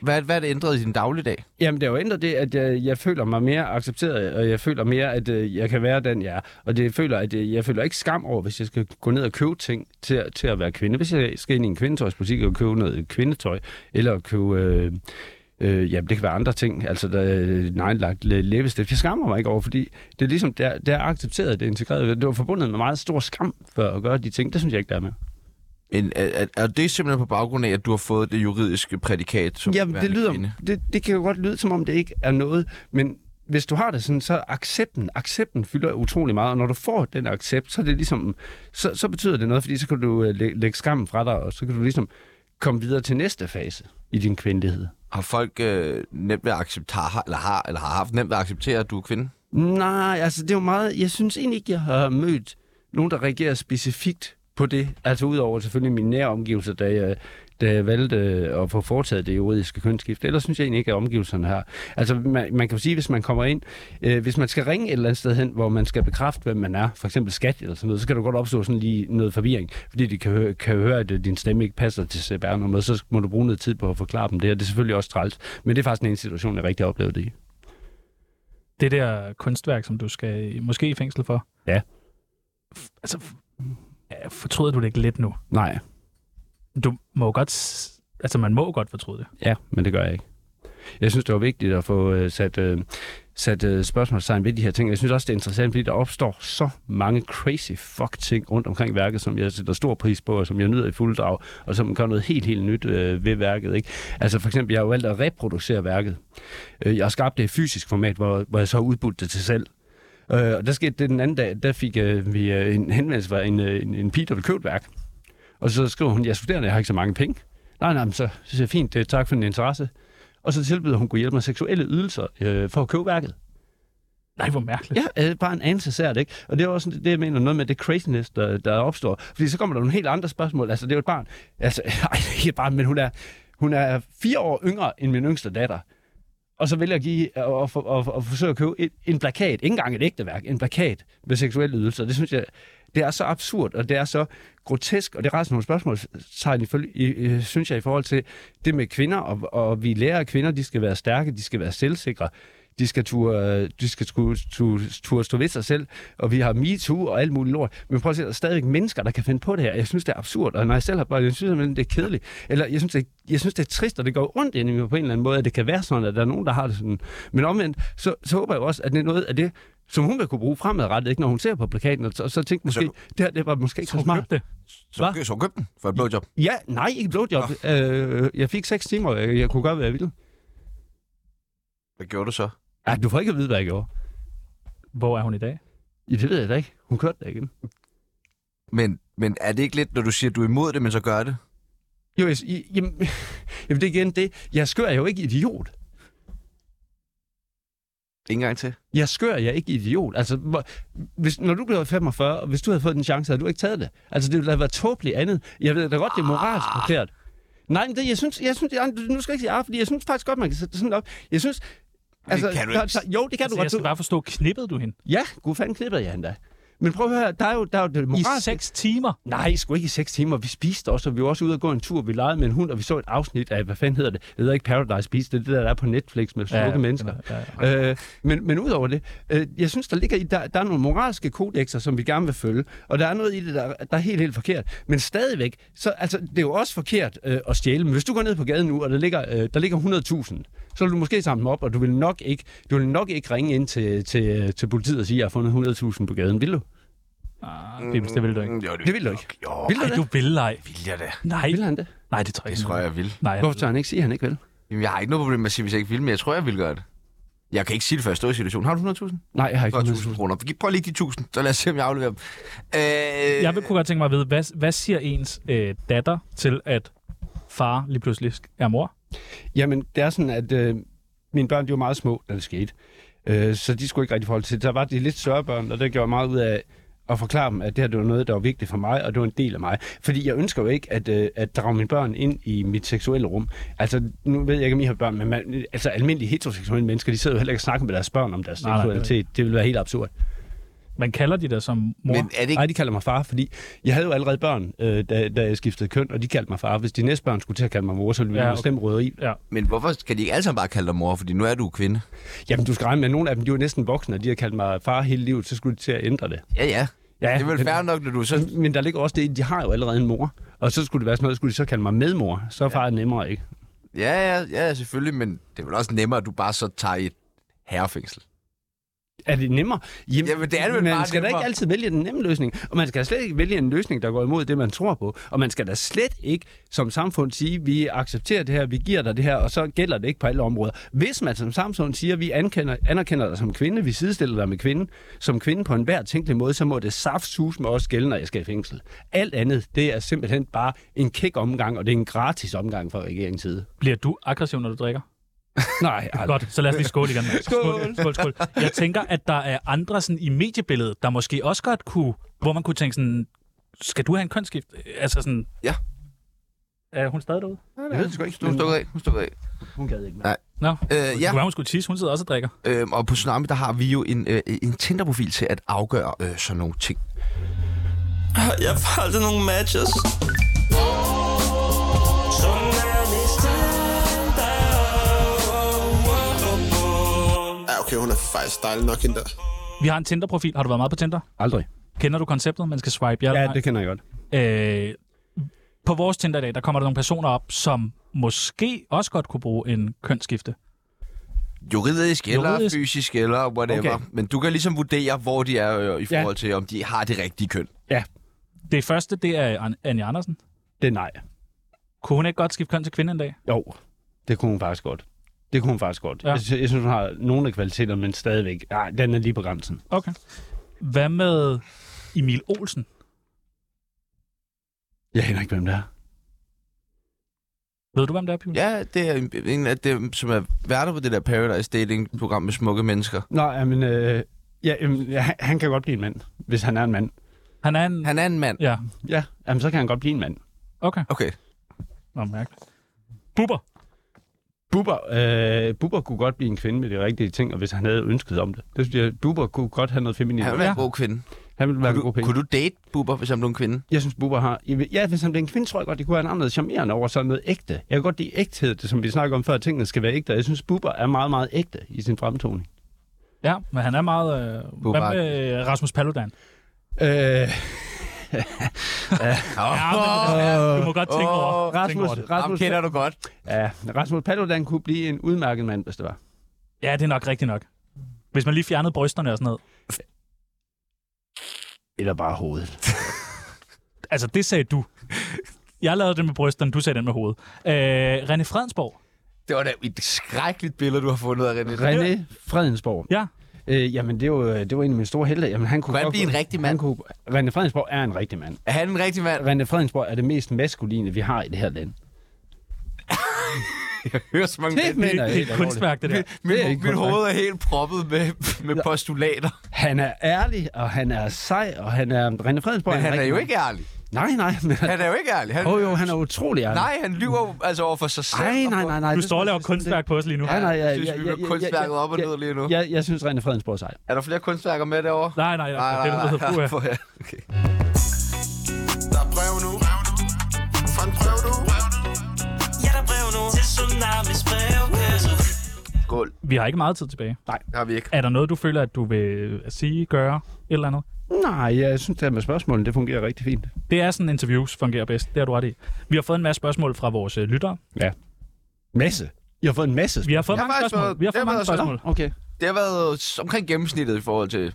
Speaker 9: Hvad, hvad har det ændret i din dagligdag?
Speaker 3: Jamen, det har jo ændret det, at jeg, jeg føler mig mere accepteret, og jeg føler mere, at øh, jeg kan være den, jeg er. Og det føler, at øh, jeg føler ikke skam over, hvis jeg skal gå ned og købe ting til, til at være kvinde. Hvis jeg skal ind i en kvindetøjsbutik og købe noget kvindetøj, eller købe... Øh, Øh, jamen, det kan være andre ting, altså der er nejlagt læ- læbestift. Jeg skammer mig ikke over, fordi det er ligesom, det er, det er accepteret, det er integreret. Det var forbundet med meget stor skam for at gøre de ting. Det synes jeg ikke, der er med.
Speaker 9: En, er, er- er det simpelthen på baggrund af, at du har fået det juridiske prædikat? Som
Speaker 3: Jamen, det,
Speaker 9: værende
Speaker 3: lyder,
Speaker 9: kvinde?
Speaker 3: det, det kan jo godt lyde, som om det ikke er noget, men hvis du har det sådan, så accepten, accepten fylder utrolig meget, og når du får den accept, så, er det ligesom, så, så betyder det noget, fordi så kan du øh, læ- lægge skammen fra dig, og så kan du ligesom komme videre til næste fase i din kvindelighed.
Speaker 9: Har folk øh, nemt ved at acceptere, eller har, eller har haft nemt ved at acceptere, at du er kvinde?
Speaker 3: Nej, altså det er jo meget... Jeg synes egentlig ikke, jeg har mødt nogen, der reagerer specifikt på det. Altså udover selvfølgelig mine nære omgivelser, da jeg, da jeg valgte øh, at få foretaget det juridiske kønsskift. Ellers synes jeg egentlig ikke, at omgivelserne har... Altså man, man kan jo sige, hvis man kommer ind... Øh, hvis man skal ringe et eller andet sted hen, hvor man skal bekræfte, hvem man er, for eksempel skat eller sådan noget, så kan du godt opstå sådan lige noget forvirring, fordi de kan høre, kan høre at øh, din stemme ikke passer til CPR-nummeret, så må du bruge noget tid på at forklare dem det, og det er selvfølgelig også træls. Men det er faktisk den ene situation, jeg rigtig har oplevet det i.
Speaker 4: det der kunstværk, som du skal i- måske i fængsel for.
Speaker 3: Ja.
Speaker 4: F- altså, f- ja, fortryder du det ikke lidt nu?
Speaker 3: Nej.
Speaker 4: Du må jo godt... s- Altså, man må jo godt fortryde det.
Speaker 3: Ja, men det gør jeg ikke. Jeg synes, det var vigtigt at få øh, sat, øh, sat øh, spørgsmålstegn ved de her ting. Jeg synes også, det er interessant, fordi der opstår så mange crazy fuck ting rundt omkring værket, som jeg sætter stor pris på, og som jeg nyder i fuld drag, og som gør noget helt, helt nyt øh, ved værket. Ikke? Altså for eksempel, jeg har jo valgt at reproducere værket. Øh, jeg har skabt det i fysisk format, hvor, hvor jeg så har udbudt det til salg. Øh, og der skete det den anden dag, der fik øh, vi øh, en henvendelse fra en, øh, en, en pige, der ville købe et værk. Og så skriver hun, jeg studerer, jeg har ikke så mange penge. Nej, nej, men så så siger jeg, fint, øh, tak for din interesse. Og så tilbyder hun kunne hjælpe mig seksuelle ydelser øh, for at købe værket.
Speaker 4: Nej, hvor mærkeligt.
Speaker 3: Ja, øh, bare en anelse sært, ikke? Og det er også sådan, det, jeg mener noget med det craziness, der, der opstår. Fordi så kommer der nogle helt andre spørgsmål. Altså, det er jo et barn. Altså, ej, ikke et barn, men hun er, hun er fire år yngre end min yngste datter. Og så vælger jeg at give og, og, og, og forsøge at købe et, en plakat, ikke engang et ægte værk, en plakat med seksuelle ydelser. Det synes jeg, det er så absurd, og det er så grotesk, og det rejser nogle spørgsmål, i, følge- i, i- synes jeg, i forhold til det med kvinder, og, og vi lærer, at kvinder, de skal være stærke, de skal være selvsikre, de skal turde, de skal turde, turde, turde stå ved sig selv, og vi har MeToo og alt muligt lort. Men prøv at se, der er stadigvæk mennesker, der kan finde på det her. Jeg synes, det er absurd, og når jeg selv har børn, jeg synes simpelthen, det er kedeligt. Eller jeg synes, det, jeg synes, det er trist, og det går ondt ind i mig på en eller anden måde, at det kan være sådan, at der er nogen, der har det sådan. Men omvendt, så, så håber jeg også, at det er noget af det, som hun vil kunne bruge fremadrettet, ikke, når hun ser på plakaten, og så, og så tænker måske, det her det var måske ikke så, så smart.
Speaker 4: Det.
Speaker 9: Så, så køb den for et blowjob.
Speaker 3: Ja, nej, ikke blowjob. Øh, jeg fik 6 timer, og jeg, jeg kunne gøre, hvad jeg ville.
Speaker 9: Hvad gjorde du så?
Speaker 3: Ja, du får ikke at vide, hvad jeg gjorde.
Speaker 4: Hvor er hun i dag?
Speaker 3: Ja, det ved jeg da ikke. Hun kørte da igen.
Speaker 1: Men, men er det ikke lidt, når du siger, at du er imod det, men så gør det?
Speaker 3: Jo, jeg, jeg- jamen, jamen, det er igen det. Jeg skør jeg er jo ikke idiot.
Speaker 1: Ingen gang til.
Speaker 3: Jeg skør jeg er ikke idiot. Altså, hvor- hvis, når du blev 45, og hvis du havde fået den chance, havde du ikke taget det. Altså, det ville have været tåbeligt andet. Jeg ved da godt, det er moralsk
Speaker 4: Ah.
Speaker 3: forkert. Nej, men det, jeg synes, jeg synes, jeg, nu skal jeg ikke sige, ah, fordi jeg synes faktisk godt, man kan sætte det sådan op. Jeg synes, altså,
Speaker 4: kan du
Speaker 3: der,
Speaker 4: ikke.
Speaker 3: der, jo, det kan
Speaker 4: Altså,
Speaker 3: du godt.
Speaker 4: jeg skal bare forstå, knippede du hende?
Speaker 3: Ja, gud fanden knippede jeg hende da. Men prøv at høre, der er jo, der er jo det moralske.
Speaker 4: seks timer?
Speaker 3: Nej, sgu ikke i seks timer. Vi spiste også, og vi var også ude og gå en tur. Vi legede med en hund, og vi så et afsnit af, hvad fanden hedder det? Det hedder ikke Paradise Beast, det er det der, der er på Netflix med smukke
Speaker 4: Ja,
Speaker 3: ja, mennesker. Ja, ja. Øh, men, men udover det, øh, jeg synes, der ligger i, der, der er nogle moralske kodexer, som vi gerne vil følge. Og der er noget i det, der, der er helt, helt forkert. Men stadigvæk, så, altså, det er jo også forkert øh, at stjæle. Men hvis du går ned på gaden nu, og der ligger, øh, der ligger 100.000, så vil du måske samle dem op, og du vil nok ikke, du vil nok ikke ringe ind til, til, til politiet og sige, at jeg har fundet 100.000 på gaden. Vil du?
Speaker 4: Ah, Bibels, det ville du ikke.
Speaker 1: Mm, Jo, det,
Speaker 3: Det vil du ikke.
Speaker 1: jo,
Speaker 3: Mm. Vil du
Speaker 4: Ej,
Speaker 3: det?
Speaker 4: du vil ej.
Speaker 1: vil jeg da.
Speaker 4: Nej.
Speaker 3: Vil han det?
Speaker 4: Nej, det tror jeg
Speaker 1: Det
Speaker 4: ikke.
Speaker 1: tror jeg, jeg vil.
Speaker 4: Nej, jeg
Speaker 3: Hvorfor tør han ikke sige, at han ikke vil?
Speaker 1: Jamen, jeg har ikke noget problem med at sige, hvis jeg ikke vil, men jeg tror, jeg vil gøre det. Jeg kan ikke sige det, før jeg står i situationen. Har du 100.000?
Speaker 3: Nej, jeg har ikke.
Speaker 1: 100.000 kroner. Giv- Prøv lige de 1.000, så lad os se, om jeg afleverer dem. Øh,
Speaker 4: Jeg vil kunne godt tænke mig at vide, hvad, hvad siger ens øh, datter til, at far lige pludselig sk- er mor?
Speaker 3: Jamen, det er sådan, at øh, mine børn, de var meget små, da det skete. Øh, så de skulle ikke rigtig forholde til det. Der var de lidt sørgebørn, og det gjorde jeg meget ud af at forklare dem, at det her det var noget, der var vigtigt for mig, og det var en del af mig. Fordi jeg ønsker jo ikke at, øh, at drage mine børn ind i mit seksuelle rum. Altså, nu ved jeg ikke, om I har børn, men man, altså, almindelige heteroseksuelle mennesker, de sidder jo heller ikke og snakker med deres børn om deres
Speaker 4: Nej, nej, det er
Speaker 3: seksualitet. Det ville være helt absurd.
Speaker 4: Man kalder de der som mor.
Speaker 1: men er det
Speaker 3: Nej,
Speaker 1: ikke...
Speaker 3: de kalder mig far, fordi jeg havde jo allerede børn, øh, da, da jeg skiftede køn, og de kaldte mig far. Hvis de næste børn skulle til at kalde mig mor, så ville vi
Speaker 4: Ja,
Speaker 3: ja,
Speaker 4: okay.
Speaker 3: okay. stemme røde i.
Speaker 4: Ja.
Speaker 1: Men hvorfor kan de ikke alle sammen bare kalde dig mor? Fordi nu er du kvinde.
Speaker 3: Jamen, du skal regne med, at nogle af dem, de var næsten voksne, og de har kaldt mig far hele livet, så skulle de til at ændre det.
Speaker 1: Ja, ja.
Speaker 3: Ja, Mm.
Speaker 1: det er vel
Speaker 3: men-
Speaker 1: fair nok, når du så...
Speaker 3: Men der ligger også det, i, de har jo allerede en mor, og så skulle det være sådan noget, skulle de så kalde mig medmor, så er far nemmere, ikke?
Speaker 1: Ja, ja, ja, selvfølgelig, men det er vel også nemmere, at du bare så tager i et herrefængsel.
Speaker 3: Er det nemmere? Jamen,
Speaker 1: Jamen, det er det vel
Speaker 3: man
Speaker 1: bare
Speaker 3: skal da
Speaker 1: nemmere.
Speaker 3: ikke altid vælge den nemme løsning, og man skal slet ikke vælge en løsning, der går imod det, man tror på, og man skal da slet ikke som samfund sige, vi accepterer det her, vi giver dig det her, og så gælder det ikke på alle områder. Hvis man som samfund siger, vi anerkender, anerkender dig som kvinde, vi sidestiller dig med kvinden, som kvinde på enhver tænkelig måde, så må det saftsus med også gælde, når jeg skal i fængsel. Alt andet, det er simpelthen bare en kæk omgang, og det er en gratis omgang fra regeringens side.
Speaker 4: Bliver du aggressiv, når du drikker?
Speaker 3: Nej, aldrig.
Speaker 4: Godt, så lad os lige skåle igen. Mads.
Speaker 3: Skål.
Speaker 4: skål, skål. Jeg tænker, at der er andre sådan, i mediebilledet, der måske også godt kunne, hvor man kunne tænke sådan, skal du have en kønsskift? Altså sådan...
Speaker 1: Ja.
Speaker 4: Er hun stadig derude?
Speaker 1: Jeg ved det sgu ikke.
Speaker 3: Mm.
Speaker 1: Hun stukker af. Hun stukker af.
Speaker 3: Hun gad ikke.
Speaker 4: Nå, øh,
Speaker 1: Øh,
Speaker 4: ja. Det
Speaker 1: ja.
Speaker 4: kunne være, hun skulle tisse. Hun sidder også og drikker.
Speaker 1: Øh, og på Tsunami, der har vi jo en, øh, en Tinder-profil til at afgøre øh, sådan nogle ting.
Speaker 5: Jeg får aldrig nogen matches Tsunamis Tinder. Oh, oh, oh, oh.
Speaker 10: Ja, okay, hun er faktisk dejlig nok, hende der.
Speaker 4: Vi har en Tinder-profil. Har du været meget på Tinder?
Speaker 3: Aldrig.
Speaker 4: Kender du konceptet? Man skal swipe ja eller
Speaker 3: Ja,
Speaker 4: nej?
Speaker 3: det kender jeg godt.
Speaker 4: Øh, på vores Tinder i dag, der kommer der nogle personer op, som måske også godt kunne bruge en kønsskifte.
Speaker 1: Juridisk eller
Speaker 4: Juridisk.
Speaker 1: Juridisk. fysisk eller whatever.
Speaker 3: Okay.
Speaker 1: Okay. Men du kan ligesom vurdere, hvor de er øh, i
Speaker 3: Ja.
Speaker 1: forhold til, om de har det rigtige køn.
Speaker 4: Det første, det er An- Anja Andersen.
Speaker 3: Det er nej.
Speaker 4: Kunne hun ikke godt skifte køn til kvinde en dag?
Speaker 3: Jo, det kunne hun faktisk godt. Det kunne hun faktisk godt.
Speaker 4: Ja.
Speaker 3: Ja. Jeg, sy- jeg synes, hun har nogle af kvaliteterne, men stadigvæk. Nej, den er lige på grænsen.
Speaker 4: Okay. Hvad med Emil Olsen?
Speaker 3: Jeg aner ikke, hvem det er.
Speaker 4: Ved du, hvem det er, Pibel?
Speaker 1: Ja, det er en- en af dem, som er værter på det der Paradise Dating-program med smukke mennesker.
Speaker 3: Nå, ja, men, øh, ja, jamen, ja, han- han kan godt blive en mand, hvis han er en mand.
Speaker 4: Han er en...
Speaker 1: Han er en mand.
Speaker 4: Ja,
Speaker 3: Ja, jamen, så kan han godt blive en mand.
Speaker 4: okay.
Speaker 1: Okay.
Speaker 4: Nå, mærkeligt. Bubber.
Speaker 3: Bubber, øh, Bubber kunne godt blive en kvinde med de rigtige ting, og hvis han havde ønsket om det. Det synes jeg, Bubber kunne godt have noget feminin.
Speaker 1: Han vil
Speaker 3: Han,
Speaker 1: være
Speaker 4: Ja.
Speaker 1: en god kvinde.
Speaker 3: han ville være en
Speaker 1: Kunne
Speaker 3: god
Speaker 1: du,
Speaker 3: penge.
Speaker 1: kunne du date Bubber, hvis han blev en kvinde?
Speaker 3: Jeg synes, Bubber har... Ja, hvis han blev en kvinde, tror jeg godt, det kunne være en anden charmerende over sådan noget ægte. Jeg kan godt lide ægthed, det som vi snakker om før, at tingene skal være ægte. og Jeg synes, Bubber er meget, meget ægte i sin fremtoning.
Speaker 4: Ja, men han er meget... Øh... Hvad
Speaker 1: Bubber.
Speaker 4: med øh, Rasmus Paludan?
Speaker 3: Øh,
Speaker 4: Ja, men, du må godt tænke
Speaker 1: Åh,
Speaker 4: over, tænke
Speaker 3: Rasmus,
Speaker 4: over det.
Speaker 1: Ham
Speaker 3: Rasmus,
Speaker 1: kender du godt.
Speaker 3: ja, Rasmus Paludan kunne blive en udmærket mand, hvis det var.
Speaker 4: Ja, det er nok rigtigt nok. Hvis man lige fjernede brysterne og sådan noget.
Speaker 3: Eller bare hovedet.
Speaker 4: Altså, det sagde du. Jeg lavede det med brysterne, du sagde den med hovedet. Øh, René Fredensborg.
Speaker 1: Det var da et skrækkeligt billede, du har fundet af René.
Speaker 3: René Fredensborg.
Speaker 4: Ja.
Speaker 3: Øh, jamen, det var, det var en af mine store helte. Jamen, han kunne
Speaker 9: Kunne han
Speaker 3: godt-
Speaker 9: blive en rigtig mand?
Speaker 3: Han kunne, Rene Fredensborg er en rigtig mand.
Speaker 9: Er han en rigtig mand?
Speaker 3: Rene Fredensborg er det mest maskuline, vi har i det her land.
Speaker 9: Jeg hører så mange...
Speaker 3: Det mener jeg
Speaker 9: mit,
Speaker 3: helt alvorligt.
Speaker 4: kunstværk, det der.
Speaker 9: mit,
Speaker 3: Det er ikke
Speaker 9: mit
Speaker 3: kunstværk.
Speaker 9: hoved er helt proppet med, med postulater.
Speaker 3: Han er ærlig, og han er sej, og han er... Rene Fredensborg
Speaker 9: Men
Speaker 3: en
Speaker 9: han er
Speaker 3: rigtig
Speaker 9: jo
Speaker 3: mand.
Speaker 9: ikke ærlig.
Speaker 3: Nej, nej. Men...
Speaker 9: Han er jo ikke ærlig. Han,
Speaker 3: Åh oh, jo, han er utrolig ærlig.
Speaker 9: Nej, han lyver jo altså over for sig selv.
Speaker 3: nej, nej, nej. nej
Speaker 4: Du
Speaker 3: det
Speaker 4: står og
Speaker 3: synes
Speaker 4: laver
Speaker 3: jeg bestemt
Speaker 4: kunstværk på os lige nu.
Speaker 3: ikke. Nej, nej,
Speaker 9: Jeg synes, vi går kunstværket op og ned lige nu.
Speaker 3: Jeg, jeg, jeg synes, Rene Fredensborg er sej.
Speaker 9: Er der flere kunstværker med derovre?
Speaker 4: Nej, nej, nej.
Speaker 9: nej,
Speaker 4: Det er
Speaker 9: nej,
Speaker 4: noget,
Speaker 9: nej,
Speaker 4: puha.
Speaker 9: nej. Okay.
Speaker 10: Der er brev nu. Fra en brev nu.
Speaker 5: Ja, der er brev nu til Tsunamis brevkasse.
Speaker 9: Skål.
Speaker 4: Vi har ikke meget tid tilbage.
Speaker 9: Det har vi ikke.
Speaker 4: Er der noget, du føler, at du vil sige, gøre, et eller andet?
Speaker 3: Nej, jeg synes, det her med spørgsmålene, det fungerer rigtig fint.
Speaker 4: Det er sådan, interviews fungerer bedst. Det har du ret i. Vi har fået en masse spørgsmål fra vores øh, lyttere.
Speaker 3: Masse. Jeg har fået en masse.
Speaker 4: Vi har fået
Speaker 9: Jeg har
Speaker 4: mange
Speaker 9: faktisk
Speaker 4: spørgsmål.
Speaker 9: fået-
Speaker 4: Vi har fået
Speaker 9: jeg har
Speaker 4: mange
Speaker 9: fået-
Speaker 4: spørgsmål.
Speaker 3: Okay.
Speaker 9: Det har været s- omkring gennemsnittet i forhold til...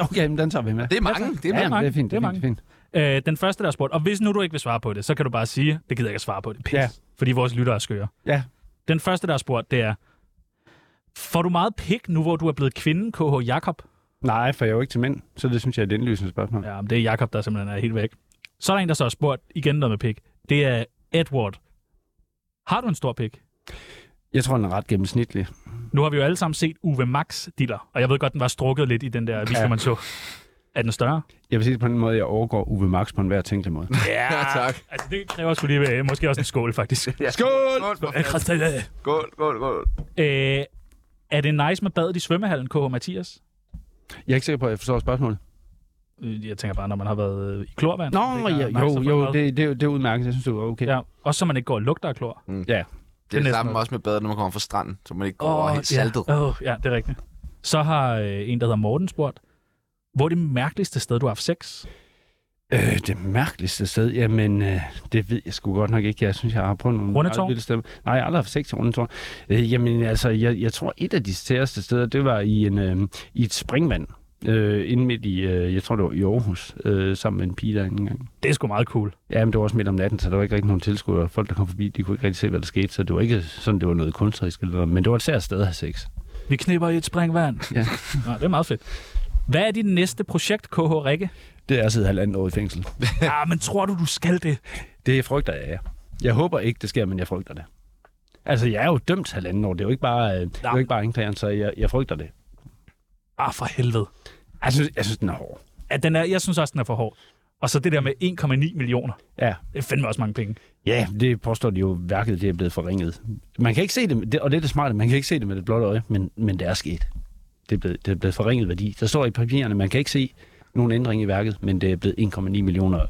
Speaker 3: okay, men den tager vi med.
Speaker 9: Det er mange. Det er
Speaker 3: ja,
Speaker 9: mange.
Speaker 3: jamen, det er fint. Det er,
Speaker 4: mange.
Speaker 3: fint, det er fint.
Speaker 4: Øh, den første, der har spurgt, og hvis nu du ikke vil svare på det, så kan du bare sige, det gider jeg ikke at svare på det. Pis.
Speaker 3: Ja.
Speaker 4: Ja. Fordi vores lyttere er skøre.
Speaker 3: Ja.
Speaker 4: Den første, der har spurgt, det er, får du meget pik nu, hvor du er blevet kvinde, KH Jakob?
Speaker 3: Nej, for jeg er jo ikke til mænd, så det synes jeg er et indlysende spørgsmål.
Speaker 4: Ja, men det er Jakob, der simpelthen er helt væk. Så er der en, der så har spurgt igen noget med pik. Det er Edward. Har du en stor pik?
Speaker 3: Jeg tror, den er ret gennemsnitlig.
Speaker 4: Nu har vi jo alle sammen set Uwe Max diller, og jeg ved godt, den var strukket lidt i den der video,
Speaker 3: Ja.
Speaker 4: man så. Er den større?
Speaker 3: Jeg vil sige det på den måde, jeg overgår Uwe Max på enhver tænkelig måde.
Speaker 9: Ja, tak.
Speaker 4: Altså, det kræver sgu lige øh, måske også en skål, faktisk.
Speaker 9: Skål! Skål,
Speaker 4: Øh, Christian, øh.
Speaker 9: skål, skål. skål.
Speaker 4: Øh, er det nice med badet i svømmehallen, KH Mathias?
Speaker 3: Jeg er ikke sikker på, at jeg forstår spørgsmålet.
Speaker 4: Øh, Jeg tænker bare, når man har været øh, i klorvand.
Speaker 3: Nå,
Speaker 4: Det
Speaker 3: ja,
Speaker 4: er nice at
Speaker 3: jo,
Speaker 4: få
Speaker 3: jo,
Speaker 4: bad.
Speaker 3: det, det, det er udmærket. Jeg synes, det var okay.
Speaker 4: Ja, også så man ikke går og lugter af klor.
Speaker 9: Det er
Speaker 4: næsten
Speaker 9: det samme
Speaker 4: noget.
Speaker 9: også med badet, når man kommer fra stranden, så man ikke går over helt saltet.
Speaker 4: Ja. Oh, ja, det er rigtigt. Så har øh, en, der hedder Morten, spurgt, hvor er det mærkeligste sted, du har haft sex?
Speaker 3: Øh, det mærkeligste sted, jamen, øh, det ved jeg sgu godt nok ikke. Jeg synes, jeg har prøvet nogle
Speaker 4: Rundetårn?
Speaker 3: ret vilde steder. Nej, jeg har aldrig haft sex i Rundetårn. Øh, jamen, altså, jeg, jeg tror, et af de stærkeste steder, det var i, en, øh, i et springvand. Øh, inde midt i, øh, jeg tror, det var i Aarhus, øh, sammen med en pige der engang.
Speaker 4: Det er sgu meget cool.
Speaker 3: Ja, men det var også midt om natten, så der var ikke rigtig nogen tilskuere. Folk, der kom forbi, de kunne ikke rigtig se, hvad der skete, så det var ikke sådan, det var noget kunstnerisk eller noget, men det var et særligt sted at have sex.
Speaker 4: Vi knipper i et springvand.
Speaker 3: Ja.
Speaker 4: Nå, det er meget fedt. Hvad er dit næste projekt, KH Rikke?
Speaker 3: Det er at sidde halvandet år i fængsel.
Speaker 4: ah, men tror du, du skal det?
Speaker 3: Det frygter jeg, ja. Jeg håber ikke, det sker, men jeg frygter det. Altså, jeg er jo dømt halvanden år. Det er jo ikke bare, øh, det er jo ikke bare anklageren, så jeg, jeg frygter det.
Speaker 4: Ah, for helvede.
Speaker 3: Jeg synes, jeg synes den er hård.
Speaker 4: Ja, den er, jeg synes også, den er for hård. Og så det der med 1,9 millioner.
Speaker 3: Ja.
Speaker 4: Det er fandme også mange penge.
Speaker 3: Ja, det påstår de jo, værket det er blevet forringet. Man kan ikke se det, det- og det er det smarte, man kan ikke se det med det blotte øje, men, men det er sket. Det er, blevet, det er blevet forringet værdi. Der står i papirerne, man kan ikke se nogen ændring i værket, men det er blevet 1,9 millioner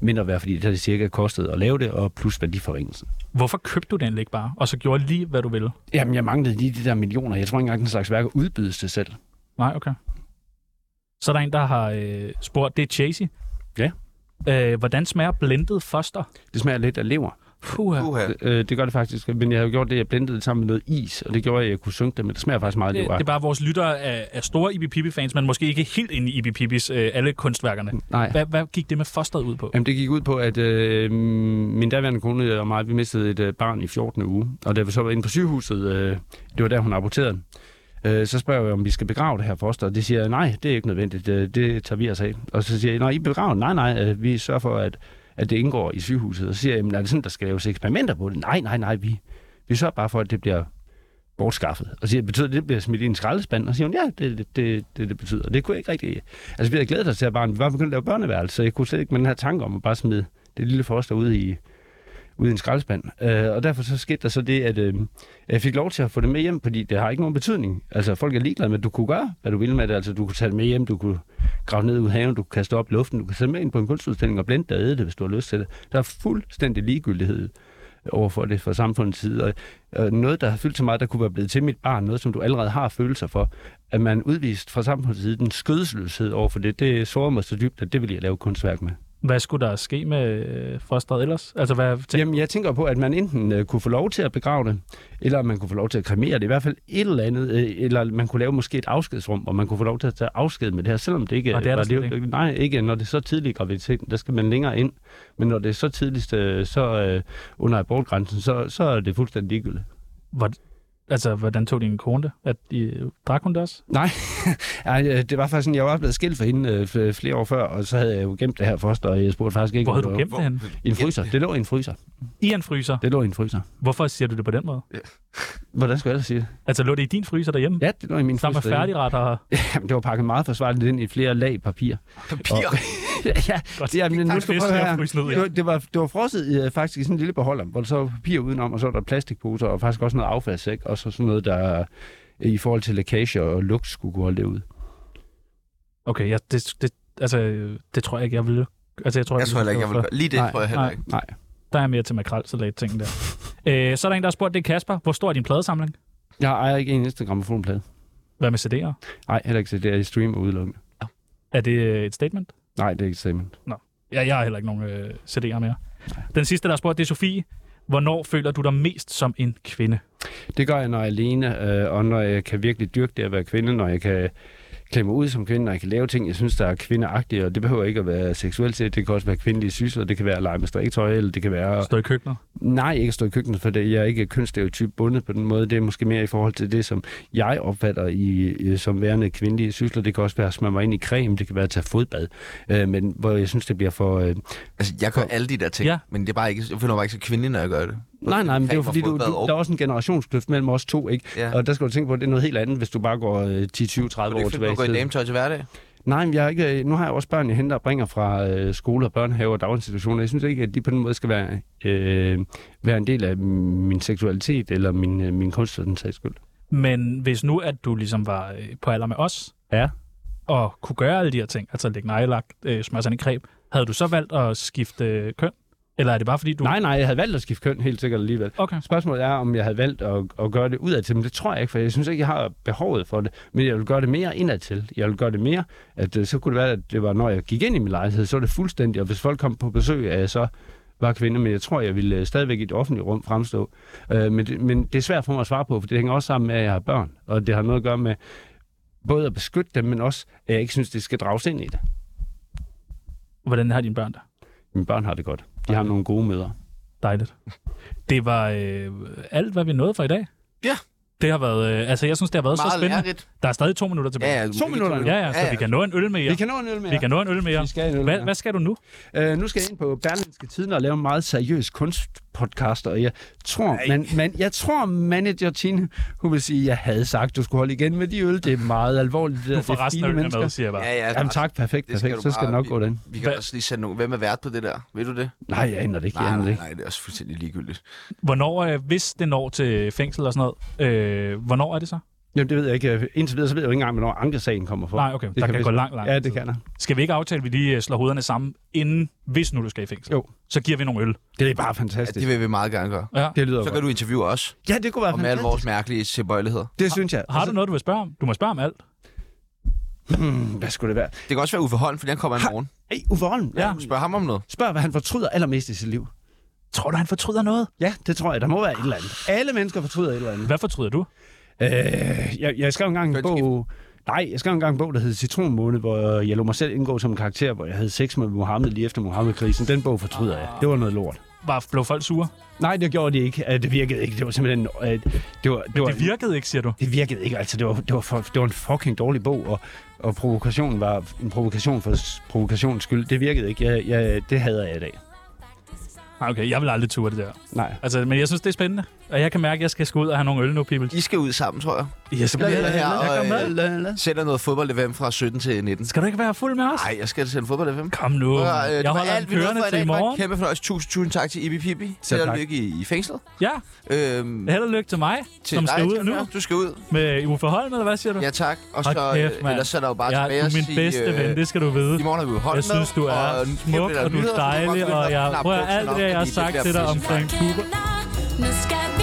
Speaker 3: mindre værd, fordi det har det cirka kostet at lave det, og plus værdiforringelsen.
Speaker 4: Hvorfor købte du den ikke bare, og så gjorde lige, hvad du ville?
Speaker 3: Jamen, jeg manglede lige de der millioner. Jeg tror ikke engang, den slags værker udbydes til selv.
Speaker 4: Nej, okay. Så er der en, der har øh, spurgt, det er Chasey.
Speaker 3: Ja.
Speaker 4: Øh, hvordan smager blendet foster?
Speaker 3: Det smager lidt af lever.
Speaker 4: Puh,
Speaker 9: Uha.
Speaker 3: Øh, det gør det faktisk, men jeg har jo gjort det, jeg blendede det sammen med noget is, og det gjorde, at jeg kunne synke det, men det smager faktisk meget
Speaker 4: det, det
Speaker 3: lever.
Speaker 4: er bare, vores lyttere er, er store Ibi Pippi fans men måske ikke helt inde i Ibi Pippis øh, alle kunstværkerne.
Speaker 3: Nej.
Speaker 4: Hvad, hvad gik det med fosteret ud på?
Speaker 3: Jamen, det gik ud på, at øh, min daværende kone og mig, vi mistede et øh, barn i 14. uge. Og da vi så var inde på sygehuset, øh, det var der, hun aborterede. Øh, så spørger jeg, om vi skal begrave det her foster. Og det siger jeg, nej, det er ikke nødvendigt. Øh, det tager vi os af. Og så siger jeg, nej, I begraver det? Nej, nej, øh, vi sørger for, at, at det indgår i sygehuset. Og så siger jeg, jamen, er det sådan, der skal laves eksperimenter på det? Nej, nej, nej, vi, vi sørger bare for, at det bliver bortskaffet. Og siger, betyder det, at det bliver smidt i en skraldespand? Og siger hun, ja, det, det, det, det, det betyder. Det kunne jeg ikke rigtig... Altså, vi havde glædet os til at barn. Vi var begyndt at lave børneværelse, så jeg kunne slet ikke med den her tanke om at bare smide det lille foster ud i, ude i en skraldespand. Øh, og derfor så skete der så det, at øh, jeg fik lov til at få det med hjem, fordi det har ikke nogen betydning. Altså, folk er ligeglade med, at du kunne gøre, hvad du ville med det. Altså, du kunne tage det med hjem, du kunne grave det ned ud i haven, du kunne kaste det op i luften, du kunne tage det med ind på en kunstudstilling og blende det og æde det, hvis du har lyst til det. Der er fuldstændig ligegyldighed overfor det fra samfundets side. Og, og noget, der har fyldt så meget, der kunne være blevet til mit barn, noget, som du allerede har følelser for, at man udvist fra samfundets side den skødesløshed overfor det, det sårer mig så dybt, at det vil jeg lave kunstværk med.
Speaker 4: Hvad skulle der ske med øh, fosteret ellers? Altså, hvad tænker
Speaker 3: Jamen, jeg tænker på, at man enten øh, kunne få lov til at begrave det, eller man kunne få lov til at kremere det. I hvert fald et eller andet, øh, eller man kunne lave måske et afskedsrum, hvor man kunne få lov til at tage afsked med det her, selvom det ikke
Speaker 4: Og det er der slet
Speaker 3: ikke. Nej, ikke når det er så tidligt i graviditeten, der skal man længere ind. Men når det er så tidligst, øh, så øh, under abortgrænsen, så, så er det fuldstændig ligegyldigt.
Speaker 4: Hvor, Altså, hvordan tog din kone det? At, øh, drak hun det også?
Speaker 3: Nej, Ej, øh, det var faktisk sådan, jeg var blevet skilt for hende øh, fl- flere år før, og så havde jeg jo gemt det her foster, og jeg spurgte faktisk ikke...
Speaker 4: Hvor havde
Speaker 3: om
Speaker 4: du
Speaker 3: var-
Speaker 4: gemt det henne?
Speaker 3: I en fryser. Det lå i en fryser.
Speaker 4: I en fryser?
Speaker 3: Det lå i en fryser.
Speaker 4: Hvorfor siger du det på den måde?
Speaker 3: Hvordan skulle jeg ellers sige det?
Speaker 4: Altså, lå det i din fryser derhjemme?
Speaker 3: Ja, det lå i min
Speaker 4: Sammen
Speaker 3: fryser
Speaker 4: med
Speaker 3: derhjemme.
Speaker 4: færdigretter? og-
Speaker 3: Jamen, det var pakket meget forsvarligt ind i flere lag papir.
Speaker 4: Papir?
Speaker 3: ja,
Speaker 4: Godt.
Speaker 3: ja, men
Speaker 4: Tak,
Speaker 3: nu skal
Speaker 4: det
Speaker 3: du prøve
Speaker 4: skal
Speaker 3: her.
Speaker 4: jeg fryse ned, ja.
Speaker 3: Det var, det, var, det var frosset i, øh, faktisk i sådan en lille beholder, hvor der så var papir udenom, og så var der plastikposer, og faktisk også noget affaldssæk, og så sådan noget, der øh, i forhold til lækage og lugt skulle kunne holde det ud.
Speaker 4: Okay, ja, det, det, altså, øh, det tror jeg ikke, jeg ville... Altså, jeg tror,
Speaker 9: Jeg tror heller ikke, jeg ville gøre- lige det tror jeg heller
Speaker 4: nej,
Speaker 9: ikke.
Speaker 4: Nej, der er mere til makrelsalat ting der. øh, så er der en, der har spurgt, det er Kasper. Hvor stor er din pladesamling?
Speaker 3: Jeg ejer ikke en eneste gramofonplade.
Speaker 4: Hvad med CD'er?
Speaker 3: Nej, heller ikke CD'er. Jeg streamer udelukkende.
Speaker 4: Er det øh, et statement?
Speaker 3: Nej, det er ikke statement.
Speaker 4: Nå, ja, jeg har heller ikke nogen øh, CD'er mere. Den sidste, der har spurgt, det er Sofie. Hvornår føler du dig mest som en kvinde?
Speaker 3: Det gør jeg, når jeg er alene, øh, og når jeg kan virkelig dyrke det at være kvinde, når jeg kan klemme mig ud som kvinde, når jeg kan lave ting, jeg synes, der er kvindeagtige, og det behøver ikke at være seksuelt set. Det kan også være kvindelige sysler, det kan være at lege med striktøj, eller det kan være...
Speaker 4: Stå i køkkenet?
Speaker 3: Nej, ikke stå i køkkenet, for det, jeg er ikke kønsstereotyp bundet på den måde. Det er måske mere i forhold til det, som jeg opfatter i, øh, som værende kvindelige sysler. Det kan også være at smøre mig ind i creme, det kan være at tage fodbad, øh, men hvor jeg synes, det bliver for... Øh,
Speaker 9: Altså, jeg gør alle de der ting,
Speaker 3: Ja.
Speaker 9: ja. men det er bare ikke, jeg føler mig ikke så kvindelig, når jeg gør det.
Speaker 3: Nej, nej, men det er jo
Speaker 9: Creme og
Speaker 3: fordi, du, du,
Speaker 9: fodbad og-
Speaker 3: der er også en generationskløft mellem os to, ikke?
Speaker 9: Ja.
Speaker 3: Og der skal du tænke på, at det er noget helt andet, hvis du bare går øh, 10, 20, 30
Speaker 9: Det er
Speaker 3: år
Speaker 9: ikke fordi,
Speaker 3: tilbage
Speaker 9: du går i dametøj til hverdag.
Speaker 3: Nej, men jeg er ikke, øh, nu har jeg også børn, jeg henter og bringer fra øh, skole og børnehave og daginstitutioner. Jeg synes ikke, at de på den måde skal være, øh, være en del af min seksualitet eller min, øh, min kunst, for den sags skyld.
Speaker 4: Men hvis nu, at du ligesom var øh, på alder med os,
Speaker 3: Ja.
Speaker 4: og kunne gøre alle de her ting, altså lægge nejlagt, øh, smøre sig ind i greb, havde du så valgt at skifte øh, køn? Eller er det bare fordi, du...
Speaker 3: Nej, nej, jeg havde valgt at skifte køn helt sikkert alligevel.
Speaker 4: Okay.
Speaker 3: Spørgsmålet er, om jeg havde valgt at, at gøre det udad til, men det tror jeg ikke, for jeg synes ikke, jeg har behovet for det. Men jeg vil gøre det mere indad til. Jeg vil gøre det mere, at øh, så kunne det være, at det var, når jeg gik ind i min lejlighed, så var det fuldstændig, og hvis folk kom på besøg, at jeg så var kvinde, men jeg tror, jeg ville øh, stadigvæk i et offentligt rum fremstå. Øh, men, det, men det er svært for mig at svare på, for det hænger også sammen med, at jeg har børn, og det har noget at gøre med både at beskytte dem, men også, at jeg ikke synes, det skal drages ind i det.
Speaker 4: Hvordan har dine børn det?
Speaker 3: Mine børn har det godt. De har nogle gode møder.
Speaker 4: Dejligt. Det var øh, alt, hvad vi nåede for i dag.
Speaker 9: Ja.
Speaker 4: Det har været... Øh, altså, jeg synes, det har været
Speaker 9: Meget
Speaker 4: så spændende.
Speaker 9: lærerigt.
Speaker 4: Der er stadig to minutter tilbage.
Speaker 9: Ja, ja,
Speaker 3: To minutter nu.
Speaker 4: Ja, ja, så
Speaker 3: Ja, ja.
Speaker 4: vi kan nå en øl mere.
Speaker 3: Vi kan nå en øl mere.
Speaker 4: Vi kan nå en øl mere.
Speaker 3: Vi skal en øl
Speaker 4: Hvad,
Speaker 3: mere.
Speaker 4: hvad skal du nu?
Speaker 3: Øh, nu skal jeg ind på Berlinske Tiden og lave en meget seriøs kunstpodcast, og jeg tror, man, man, jeg tror manager Tine, hun vil sige, jeg havde sagt, du skulle holde igen med de øl. Det er meget alvorligt. Det der,
Speaker 4: Du får
Speaker 3: det er
Speaker 4: resten
Speaker 3: fine
Speaker 4: af ølene med,
Speaker 3: mennesker.
Speaker 4: siger jeg bare.
Speaker 9: Ja, ja,
Speaker 3: Jamen
Speaker 9: resten.
Speaker 3: tak, perfekt,
Speaker 9: Altså, Det
Speaker 3: perfekt.
Speaker 9: skal du
Speaker 3: så skal det
Speaker 9: bare-
Speaker 3: nok gå den.
Speaker 9: Vi kan også lige sætte nogen. Hvem er vært på det der? Ved du det?
Speaker 3: Nej, jeg aner det ikke. Jeg
Speaker 9: Nej,
Speaker 3: aner det
Speaker 9: nej,
Speaker 3: ikke.
Speaker 9: nej, det er også fuldstændig ligegyldigt.
Speaker 4: Hvornår, øh, hvis det når til fængsel og sådan noget, øh, hvornår er det så?
Speaker 3: Jamen, det ved jeg ikke. Indtil videre, så ved jeg jo ikke engang, hvornår ankesagen kommer for.
Speaker 4: Nej, okay. Der kan
Speaker 3: vist-
Speaker 4: gå lang, lang
Speaker 3: Ja,
Speaker 4: tid.
Speaker 3: det kan der.
Speaker 4: Skal vi ikke aftale, at vi lige øh, slår hovederne sammen, inden, hvis nu du skal i fængsel?
Speaker 3: Jo.
Speaker 4: Så giver vi nogle øl.
Speaker 3: Det er bare
Speaker 9: Ja,
Speaker 3: fantastisk.
Speaker 9: det vil vi meget gerne gøre.
Speaker 4: Ja.
Speaker 3: Det lyder
Speaker 9: Så kan
Speaker 3: godt.
Speaker 9: du interviewe os
Speaker 3: Ja, det kunne være
Speaker 9: om alle
Speaker 3: fantastisk.
Speaker 9: vores mærkelige tilbøjeligheder.
Speaker 3: Det synes jeg. Altså,
Speaker 4: Har du noget, du vil spørge om? Du må spørge om alt.
Speaker 3: Hmm, hvad skulle det være?
Speaker 9: Det kan også være Uffe Holm, for den kommer i morgen.
Speaker 3: Ej, Uffe Holm. Ja.
Speaker 9: Spørg ham om noget.
Speaker 3: Spørg, hvad han fortryder allermest i sit liv.
Speaker 4: Tror du, han fortryder noget?
Speaker 3: Ja, det tror jeg. Der må være et eller andet. Alle mennesker fortryder et eller andet.
Speaker 4: Hvad fortryder du?
Speaker 3: Øh, jeg, jeg skrev engang en bog... Nej, jeg skrev engang en bog, der hed Citronmåne, hvor jeg lå mig selv indgå som en karakter, hvor jeg havde sex med Mohammed lige efter Mohammed-krisen. Den bog fortryder jeg. Det var noget lort.
Speaker 4: Var, blev folk sure?
Speaker 3: Nej, det gjorde de ikke. Øh, Det virkede ikke. Det var simpelthen... øh, Det var, det var,
Speaker 4: Det virkede ikke, siger du.
Speaker 3: det virkede ikke. Altså, det var, det var, for, det var en fucking dårlig bog, og, og provokationen var en provokation for s- provokations skyld. Det virkede ikke. Jeg, jeg, det hader jeg i dag.
Speaker 4: Nej, okay, jeg vil aldrig ture det der.
Speaker 3: Nej.
Speaker 4: Altså, men jeg synes, det er spændende. Og jeg kan mærke, at jeg skal skal ud og have nogle øl nu, people.
Speaker 9: I skal ud sammen, tror jeg.
Speaker 4: Ja, så
Speaker 9: Vi
Speaker 4: bliver
Speaker 9: er her
Speaker 4: jeg, jeg
Speaker 9: og
Speaker 4: kommer med.
Speaker 9: øh, sender noget fodbold fra 17 til 19.
Speaker 4: Skal du ikke være fuld med os?
Speaker 9: Nej, jeg skal sende fodbold FM.
Speaker 4: Kom nu.
Speaker 9: det
Speaker 1: øh,
Speaker 4: Jeg
Speaker 9: var
Speaker 4: holder
Speaker 9: alt,
Speaker 4: øh, alt
Speaker 9: vi nåede for
Speaker 4: kørende
Speaker 9: i
Speaker 4: til i
Speaker 9: dag. Det var en
Speaker 4: morgen.
Speaker 9: kæmpe fornøjelse. Tusind, tusind tak til Ibi Pibi.
Speaker 3: Selv
Speaker 9: Selv
Speaker 3: tak.
Speaker 9: lykke i, i fængslet.
Speaker 4: Ja,
Speaker 9: Øhm,
Speaker 4: held og lykke til mig,
Speaker 9: til
Speaker 4: som
Speaker 9: dig,
Speaker 4: skal ud
Speaker 9: Kasper.
Speaker 4: nu
Speaker 9: Du skal ud.
Speaker 4: med Uffe Holm, eller hvad siger du?
Speaker 9: Ja, tak. Og
Speaker 4: Hold
Speaker 9: så,
Speaker 4: kæft,
Speaker 9: øh,
Speaker 4: mand.
Speaker 9: ellers så er der jo bare
Speaker 4: jeg,
Speaker 9: tilbage
Speaker 4: du
Speaker 9: at
Speaker 4: er min
Speaker 9: sige,
Speaker 4: bedste
Speaker 9: øh,
Speaker 4: ven, det skal du vide.
Speaker 9: I morgen har vi jo holdt
Speaker 4: Jeg synes, du er smuk, og du er dejlig, og jeg prøver alt det, jeg har sagt til dig omkring Cuba.
Speaker 11: Nu skal